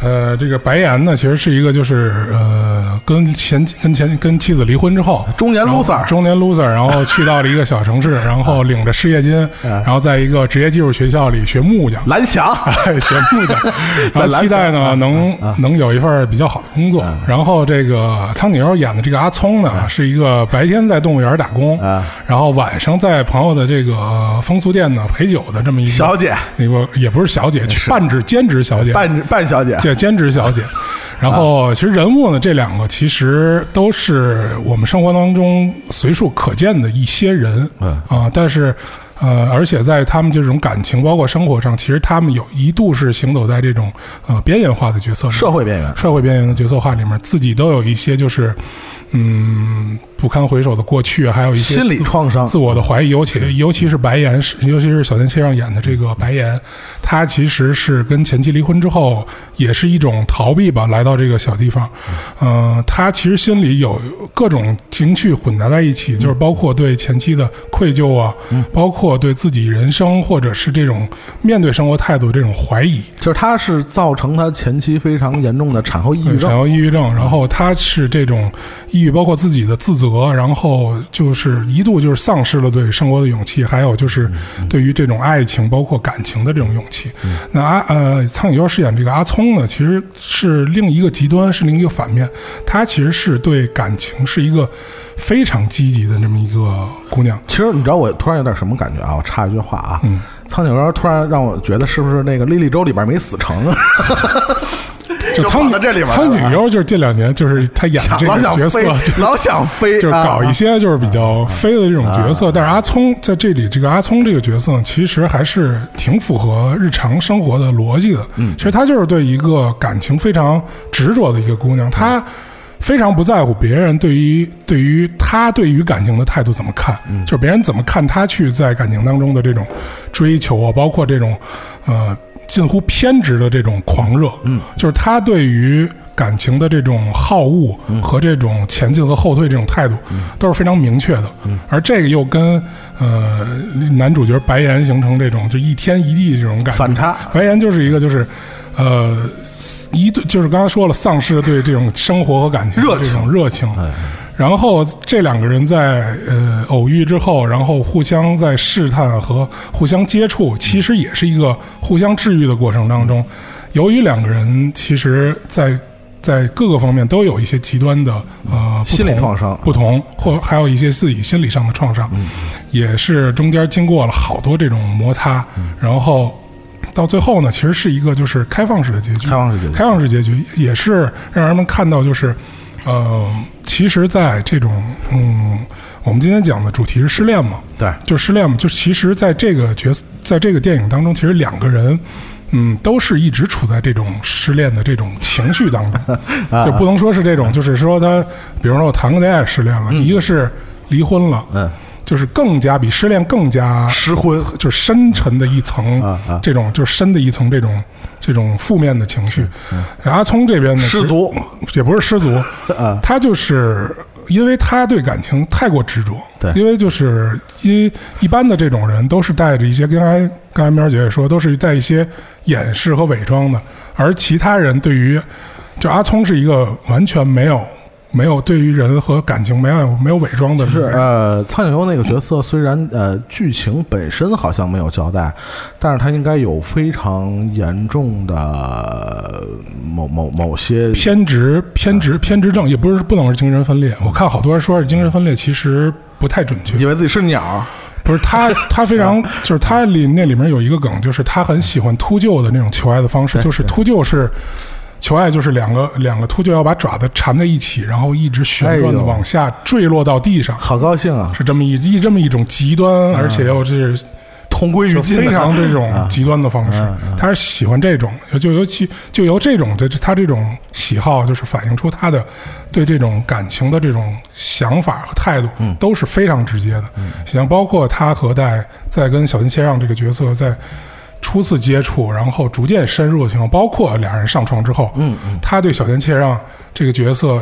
呃，这个白岩呢，其实是一个就是呃，跟前跟前跟妻子离婚之后，中年然后 loser 中年 loser，然后去到了一个小 城市，然后领着失业金，嗯然后在一个职业技术学校里学木匠， 蓝翔，哎，学木匠， 在蓝然后期待色啊呢能能有一份比较好的工作。嗯然后这个苍井优演的这个阿聪呢，是一个白天在动物园打工啊，然后晚上在朋友的这个呃风俗店呢陪酒的这么一个小姐，一个也不是小姐，半职兼职小姐，半啊半小姐，兼兼职小姐。然后，其实人物呢，这两个其实都是我们生活当中随处可见的一些人，嗯啊，但是，呃，而且在他们这种感情，包括生活上，其实他们有一度是行走在这种呃边缘化的角色里面社会边缘，社会边缘的角色化里面，自己都有一些就是，嗯，不堪回首的过去，啊还有一些心理自创伤自我的怀疑，尤其尤其是白岩，是尤其是小田切让演的这个白岩，他其实是跟前妻离婚之后，也是一种逃避吧，来到这个小地方，嗯、他其实心里有各种情绪混杂在一起，就是包括对前妻的愧疚啊，包括对自己人生或者是这种面对生活态度这种怀疑，就是他是造成他前期非常严重的产后抑郁对，产症，后抑郁症，然后他是这种抑郁，包括自己的自责，然后就是一度就是丧失了对生活的勇气，还有嗯就是对于这种爱情，包括感情的这种勇气。那阿呃，苍井优饰演这个阿聪呢，其实是另一个极端，是另一个反面，她其实是对感情是一个非常积极的这么一个姑娘。其实你知道我突然有点什么感觉啊？我插一句话啊，嗯苍井优突然让我觉得是不是那个《莉莉周》里边没死 成？就就苍跑到这里井边了苍井优就是这两年就是她演的想这老个想角色飞就，是老想飞，就是搞一啊些就是比较飞的这种角色。但是阿聪在这里，这个阿聪这个角色呢其实还是挺符合日常生活的逻辑的。嗯，其实她就是对一个感情非常执着的一个姑嗯娘，她。非常不在乎别人对于对于她对于感情的态度怎么看，嗯就是别人怎么看她去在感情当中的这种追求啊，包括这种呃近乎偏执的这种狂热，嗯，就是他对于感情的这种好恶和这种前进和后退这种态度，都是非常明确的。而这个又跟呃男主角白岩形成这种就一天一地这种感觉反差 白岩就是一个就是呃一对就是刚才说了，丧失了对这种生活和感情的热情哎这种热情。然后这两个人在呃偶遇之后，然后互相在试探和互相接触，其实也是一个互相治愈的过程当中。由于两个人其实在，在各个方面都有一些极端的呃不同心理创伤嗯不同，或还有一些自己心理上的创伤，也是中间经过了好多这种摩擦，嗯然后到最后呢，其实是一个就是开放式的结局，开放式结局开放式结局也是让人们看到就是，呃，其实，在这种嗯，我们今天讲的主题是失恋嘛，对，就失恋嘛，就其实在这个角色，在这个电影当中，其实两个人。嗯，都是一直处在这种失恋的这种情绪当 中，啊就不能说是这种，就是说他，比方说我谈个恋爱失恋了，一个是离婚了，嗯，就是更加比失恋更加失婚就是深沉的一层啊啊，这种就是深的一层这种这种负面的情绪。阿聪这边呢，嗯失足其实也不 是失足，啊他就是因为他对感情太过执着，对因为就是一一般的这种人都是带着一些，刚才刚才苗儿姐也说，都是带一些掩饰和伪装的，而其他人对于就阿聪是一个完全没有。没有对于人和感情没有没有伪装的，是呃，苍井优那个角色虽然呃剧情本身好像没有交代，但是他应该有非常严重的呃某某某些偏执、偏执、偏执症，也不是不能是精神分裂。我看好多人说是精神分裂，其实不太准确。以为自己是鸟，不是他，他非常就是他里那里面有一个梗，就是他很喜欢秃鹫的那种求爱的方式，就是秃鹫是求爱，就是两个两个秃鹫要把爪子缠在一起，然后一直旋转哎的呦往下坠落到地上，好高兴啊，是这么一一这么一种极端，而且又是同归于就尽啊非的常这种极端的方式啊嗯嗯，他是喜欢这种，就尤其就由这种的他这种喜好，就是反映出他的对这种感情的这种想法和态度，嗯都是非常直接的。像包括他和在在跟小金切让这个角色在。初次接触，然后逐嗯渐深入的情况，包括俩人上床之后，嗯，他对小田切让这个角色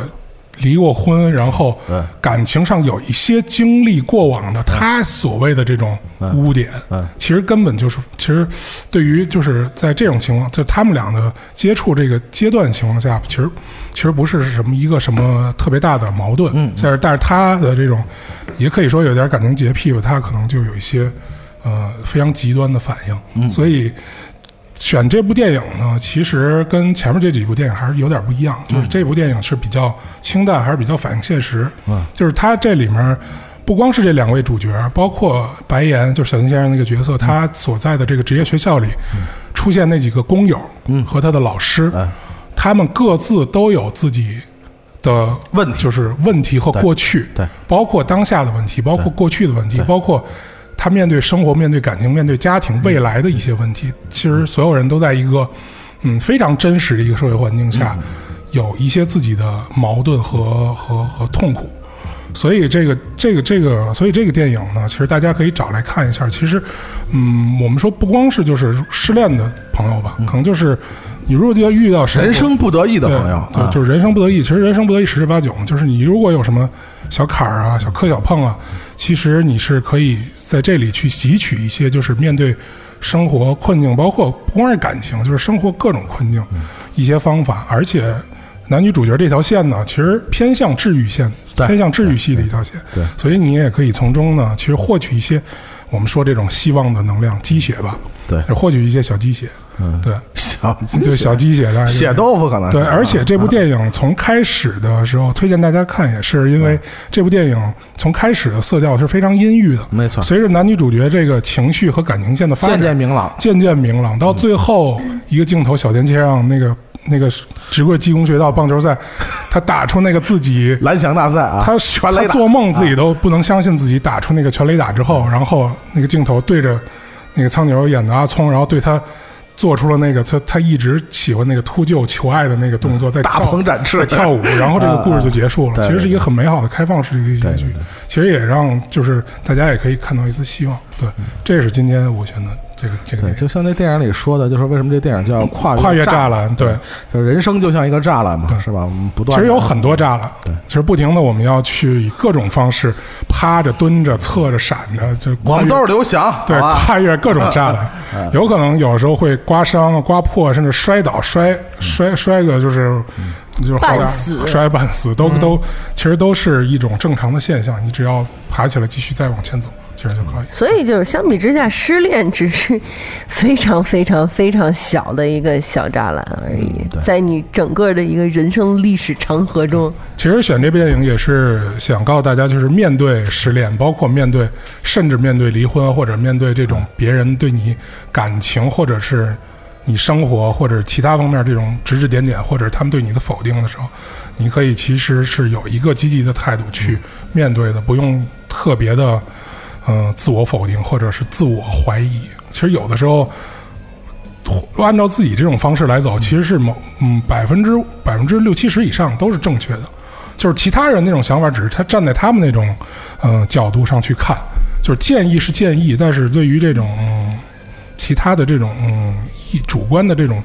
离过婚，然后嗯感情上有一些经历过往的，他所谓的这种污点，嗯其实根本就是，其实对于就是在这种情况，就他们俩的接触这个阶段情况下，其实其实不是什么一个什么特别大的矛盾，嗯，但是但是他的这种也可以说有点感情洁癖吧，他可能就有一些呃非常极端的反应，嗯，所以。选这部电影呢，其实跟前面这几部电影还是有点不一样，就是这部电影是比较清淡，还是比较反映现实。嗯，就是它这里面不光是这两位主角，包括白岩，就是小金先生那个角嗯色，他所在的这个职业学校里出现那几个工友，嗯，和他的老师，哎他们各自都有自己的问题就是问题和过去，对对包括当下的问题，包括过去的问题，包括他面对生活、面对感情、面对家庭、未来的一些问题。嗯其实所有人都在一个嗯非常真实的一个社会环境嗯下，有一些自己的矛盾和和和痛苦。所以这个这个这个，所以这个电影呢，其实大家可以找来看一下。其实，嗯，我们说不光是就是失恋的朋友吧，可能就是你如果要遇到谁嗯人生不得意的朋友，对，啊对就是人生不得意。其实人生不得意十之八九嘛，就是你如果有什么小坎儿啊、小磕小碰啊，其实你是可以在这里去吸取一些，就是面对生活困境，包括不光是感情，就是生活各种困境、嗯一些方法。而且男女主角这条线呢，其实偏向治愈线，对偏向治愈系的一条线。对对所以你也可以从中呢，其实获取一些我们说这种希望的能量，鸡血吧，啊对获取一些小鸡血。嗯，对，小对，小鸡血，大家就是血豆腐可能是对，而且这啊部电影从开始的时候推荐大家看，也是因为这部电影从开始的色调是非常阴郁的，没错随着男女主角这个情绪和感情线的发展，渐渐明朗渐渐明朗，到最后一个镜头，小田切让那个那个直跪技工学道棒球赛，他打出那个自己。蓝翔大赛啊，他全他雷打啊嗯做梦自己都不能相信自己打出那个全垒打之后，然后那个镜头对着那个苍牛演的阿聪，然后对他做出了那个他他一直喜欢那个秃鹫求爱的那个动作，嗯在大跳鹏展翅在跳舞，然后这个故事就结束啊啊对了。其实是一个很美好的开放式的一个结对局对对，其实也让就是大家也可以看到一丝希望。对，这是今天我选的这个这嗯对，个电影就像这电影里说的，就是为什么这电影叫跨跨越栅栅栏。对，就是人生就像一个栅栏嘛，对是吧？我们不其断地实有很多栅栏，其实不停的我们要去以各种方式趴着、蹲着、侧着、闪着，就跨广越豆刘翔，对，好吧跨越各种栅栏，有可能有时候会刮伤、刮破，甚至摔倒、摔摔摔个就是就是后来半死嗯摔半死，都都其实都是一种正常的现象。你只要爬起来，继续再往前走，其实就可以。所以就是相比之下，失恋只是非常非常非常小的一个小栅栏而已，嗯在你整个的一个人生历史长 河中，其实选这部电影也是想告诉大家，就是面对失恋，包括面对甚至面对离婚，或者面对这种别人对你感情，或者是你生活或者其他方面这种指指点点，或者他们对你的否定的时候，你可以其实是有一个积极的态度去面对的，不用特别的嗯、呃自我否定或者是自我怀疑。其实有的时候。按照自己这种方式来走，其实是某嗯百分之百分之六七十以上都是正确的，就是其他人那种想法，只是他站在他们那种嗯、呃角度上去看，就是建议是建议，但是对于这种、嗯其他的这种嗯一主观的这种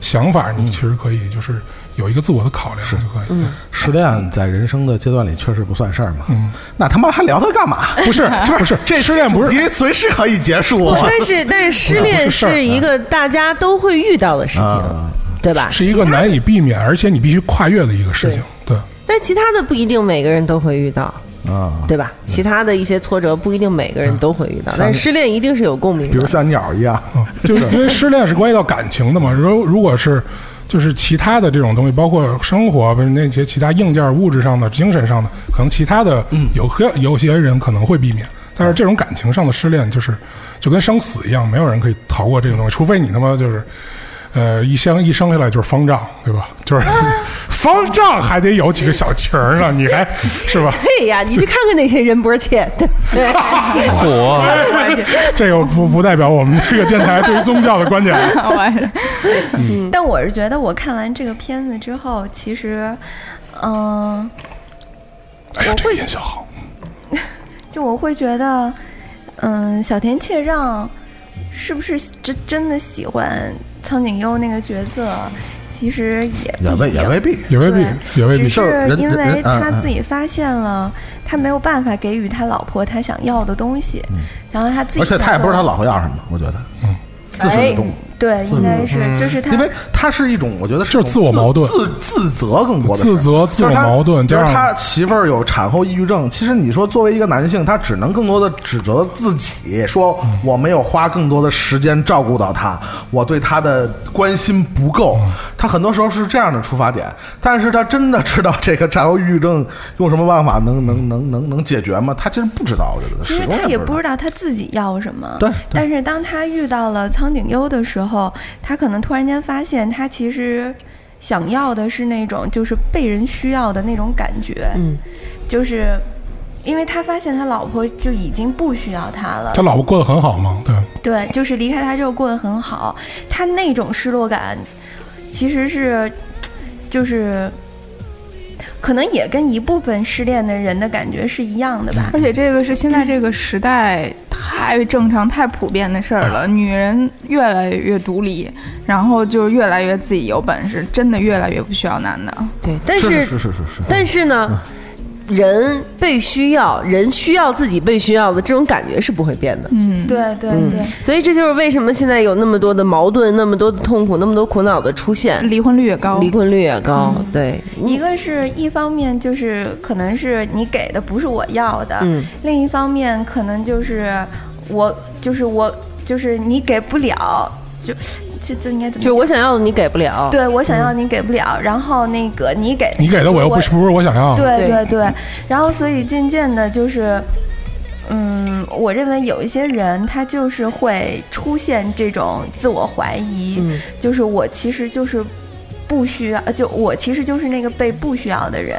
想法，你其实可以就是有一个自我的考量就可以。失恋在人生的阶段里确实不算事儿嘛。嗯，那他妈还聊它干嘛？不是不是，这失恋不是因为随时可以结束啊。但是但是失恋是一个大家都会遇到的事情啊，对吧？是一个难以避免，而且你必须跨越的一个事情。对，但其他的不一定每个人都会遇到，啊，对吧？嗯其他的一些挫折不一定每个人都会遇到，但是失恋一定是有共鸣比如的。像鸟一样，嗯， 就是因为失恋是关系到感情的嘛。如如果是就是其他的这种东西，包括生活，不是那些其他硬件、物质上的、精神上的，可能其他的嗯有些有些人可能会避免，但是这种感情上的失恋，就是就跟生死一样，没有人可以逃过这个东西，除非你他妈就是。呃，一生一生下来就是方丈，对吧？ 就是 方丈还得有几个小情儿呢，你还是吧？对呀，你去看看那些仁波切， 对不对？火，这个不不代表我们这个电台对于宗教的观点。我也是嗯但我是觉得，我看完这个片子之后，其实，嗯、哎呀，这个音效好。就我会觉得，嗯，小田切让是不是真真的喜欢苍井优那个角色？其实也也未也必。未必。也未必对，也未必只事儿是人因人为嗯他嗯自己发现了，他没有办法给予他老婆他想要的东西，然后他自己，嗯而且他也不知道他老婆要什么，我觉得，嗯，自始至终，对，应该是就是哎他因为他是一种，我觉得是一种就是自我矛盾自自责更多的事自责自我矛盾就是他就是加上他媳妇儿有产后抑郁症。其实你说作为一个男性，他只能更多的指责自己，说嗯我没有花更多的时间照顾到她，我对她的关心不够。嗯他很多时候是这样的出发点，但是他真的知道这个产后抑郁症用什么办法能能能能能解决吗？他其实不知道，我觉得其始实终他也不知知道。道他自己要什么。对对但是当他遇到了苍井优的时候，他可能突然间发现，他其实想要的是那种就是被人需要的那种感觉。嗯，就是因为他发现他老婆就已经不需要他了他。老婆过得很好嘛，对，对，就是离开他之后过得很好，他那种失落感其实是就是。可能也跟一部分失恋的人的感觉是一样的吧，嗯而且这个是现在这个时代太正常、太普遍的事儿啊了。女人越来越独立，然后就越来越自己有本事，真的越来越不需要男的。对，但是是是是是是，但是呢，嗯人被需要，人需要自己被需要的这种感觉是不会变的。嗯，对对对，所以这就是为什么现在有那么多的矛盾、那么多的痛苦、那么多苦恼的出现，离婚率也高。嗯离婚率也高。对，一个是一方面就是可能是你给的不是我要的，嗯另一方面可能就是我就是我就是你给不了，就这这应该怎么就讲？我想要的你给不了。对我想要你给不了，然后那个你给你给的我又不是不是我想要的，对对对对，然后所以渐渐的就是。嗯，我认为有一些人他就是会出现这种自我怀疑，嗯就是我其实就是不需要，呃就我其实就是那个被不需要的人。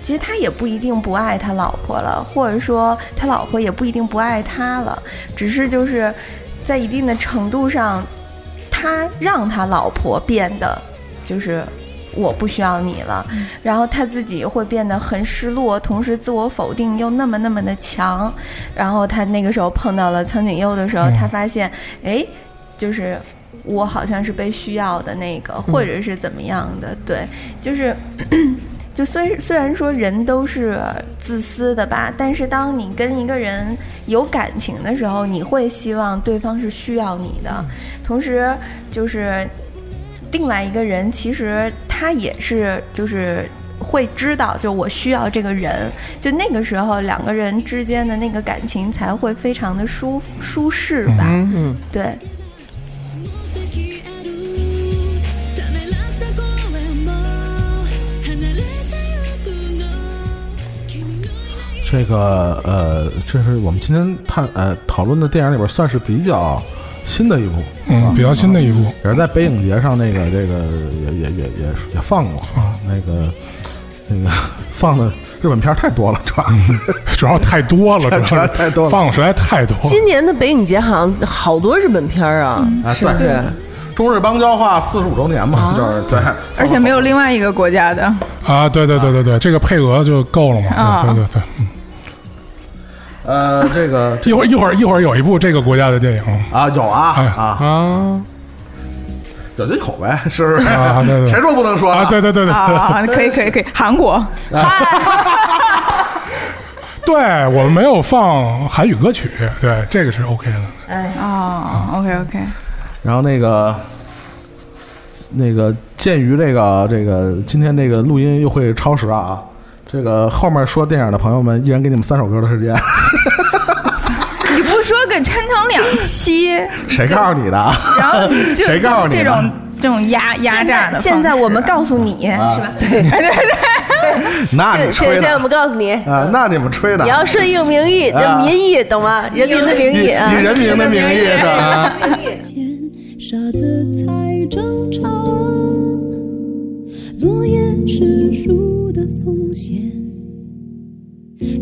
其实他也不一定不爱他老婆了，或者说他老婆也不一定不爱他了，只是就是在一定的程度上，他让他老婆变得就是我不需要你了，然后他自己会变得很失落，同时自我否定又那么那么的强。然后他那个时候碰到了苍井优的时候，他发现，哎，就是我好像是被需要的那个，或者是怎么样的，对，就是。 就虽虽然说人都是自私的吧，但是当你跟一个人有感情的时候，你会希望对方是需要你的，同时就是另外一个人，其实他也是就是会知道，就我需要这个人，就那个时候两个人之间的那个感情才会非常的舒舒适吧，嗯，对。这个呃，这是我们今天探呃讨论的电影里边算是比较新的一部，啊嗯，比较新的一部，也是在北影节上那个这个也也也也也放过啊，那个那个 放的日本片儿太多了，主要是主要太多了，主主要要太多了放的实在太多了。今年的北影节好像好多日本片儿啊， 啊是不是？中日邦交化四十五周年嘛，就是对，而且没有另外一个国家 的，啊，对对对对对，这个配额就够了嘛？啊对对对，嗯呃这个一会儿一会儿一会儿有一部这个国家的电影啊有啊哎啊啊，有就有呗，是不是？啊，对 对谁对说不能说啊，对对对对对啊，可以可以可以，韩 国对，我们没有放韩语歌曲，对，这个是 OK 的。啊，OK OK，然后那个那个，鉴于这个这个今天这个录音又会超时啊，这个后面说电影的朋友们，一人给你们三首歌的时间， 你不说给抻成两期，谁告诉你的啊？ 然后 你就谁告诉你的这种这种压压榨的方式？现在我们告诉你，啊是吧？那啊你现吹现在我的们告诉你，啊？那你们吹的你？要顺应民意，啊这民意懂吗？人民的名以义啊，以人民的名义是吧？傻子才正常。落叶是树的风险，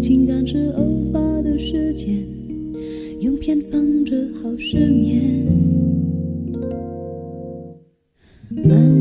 情感是偶发的事件，用偏方治好失眠。漫啊啊啊啊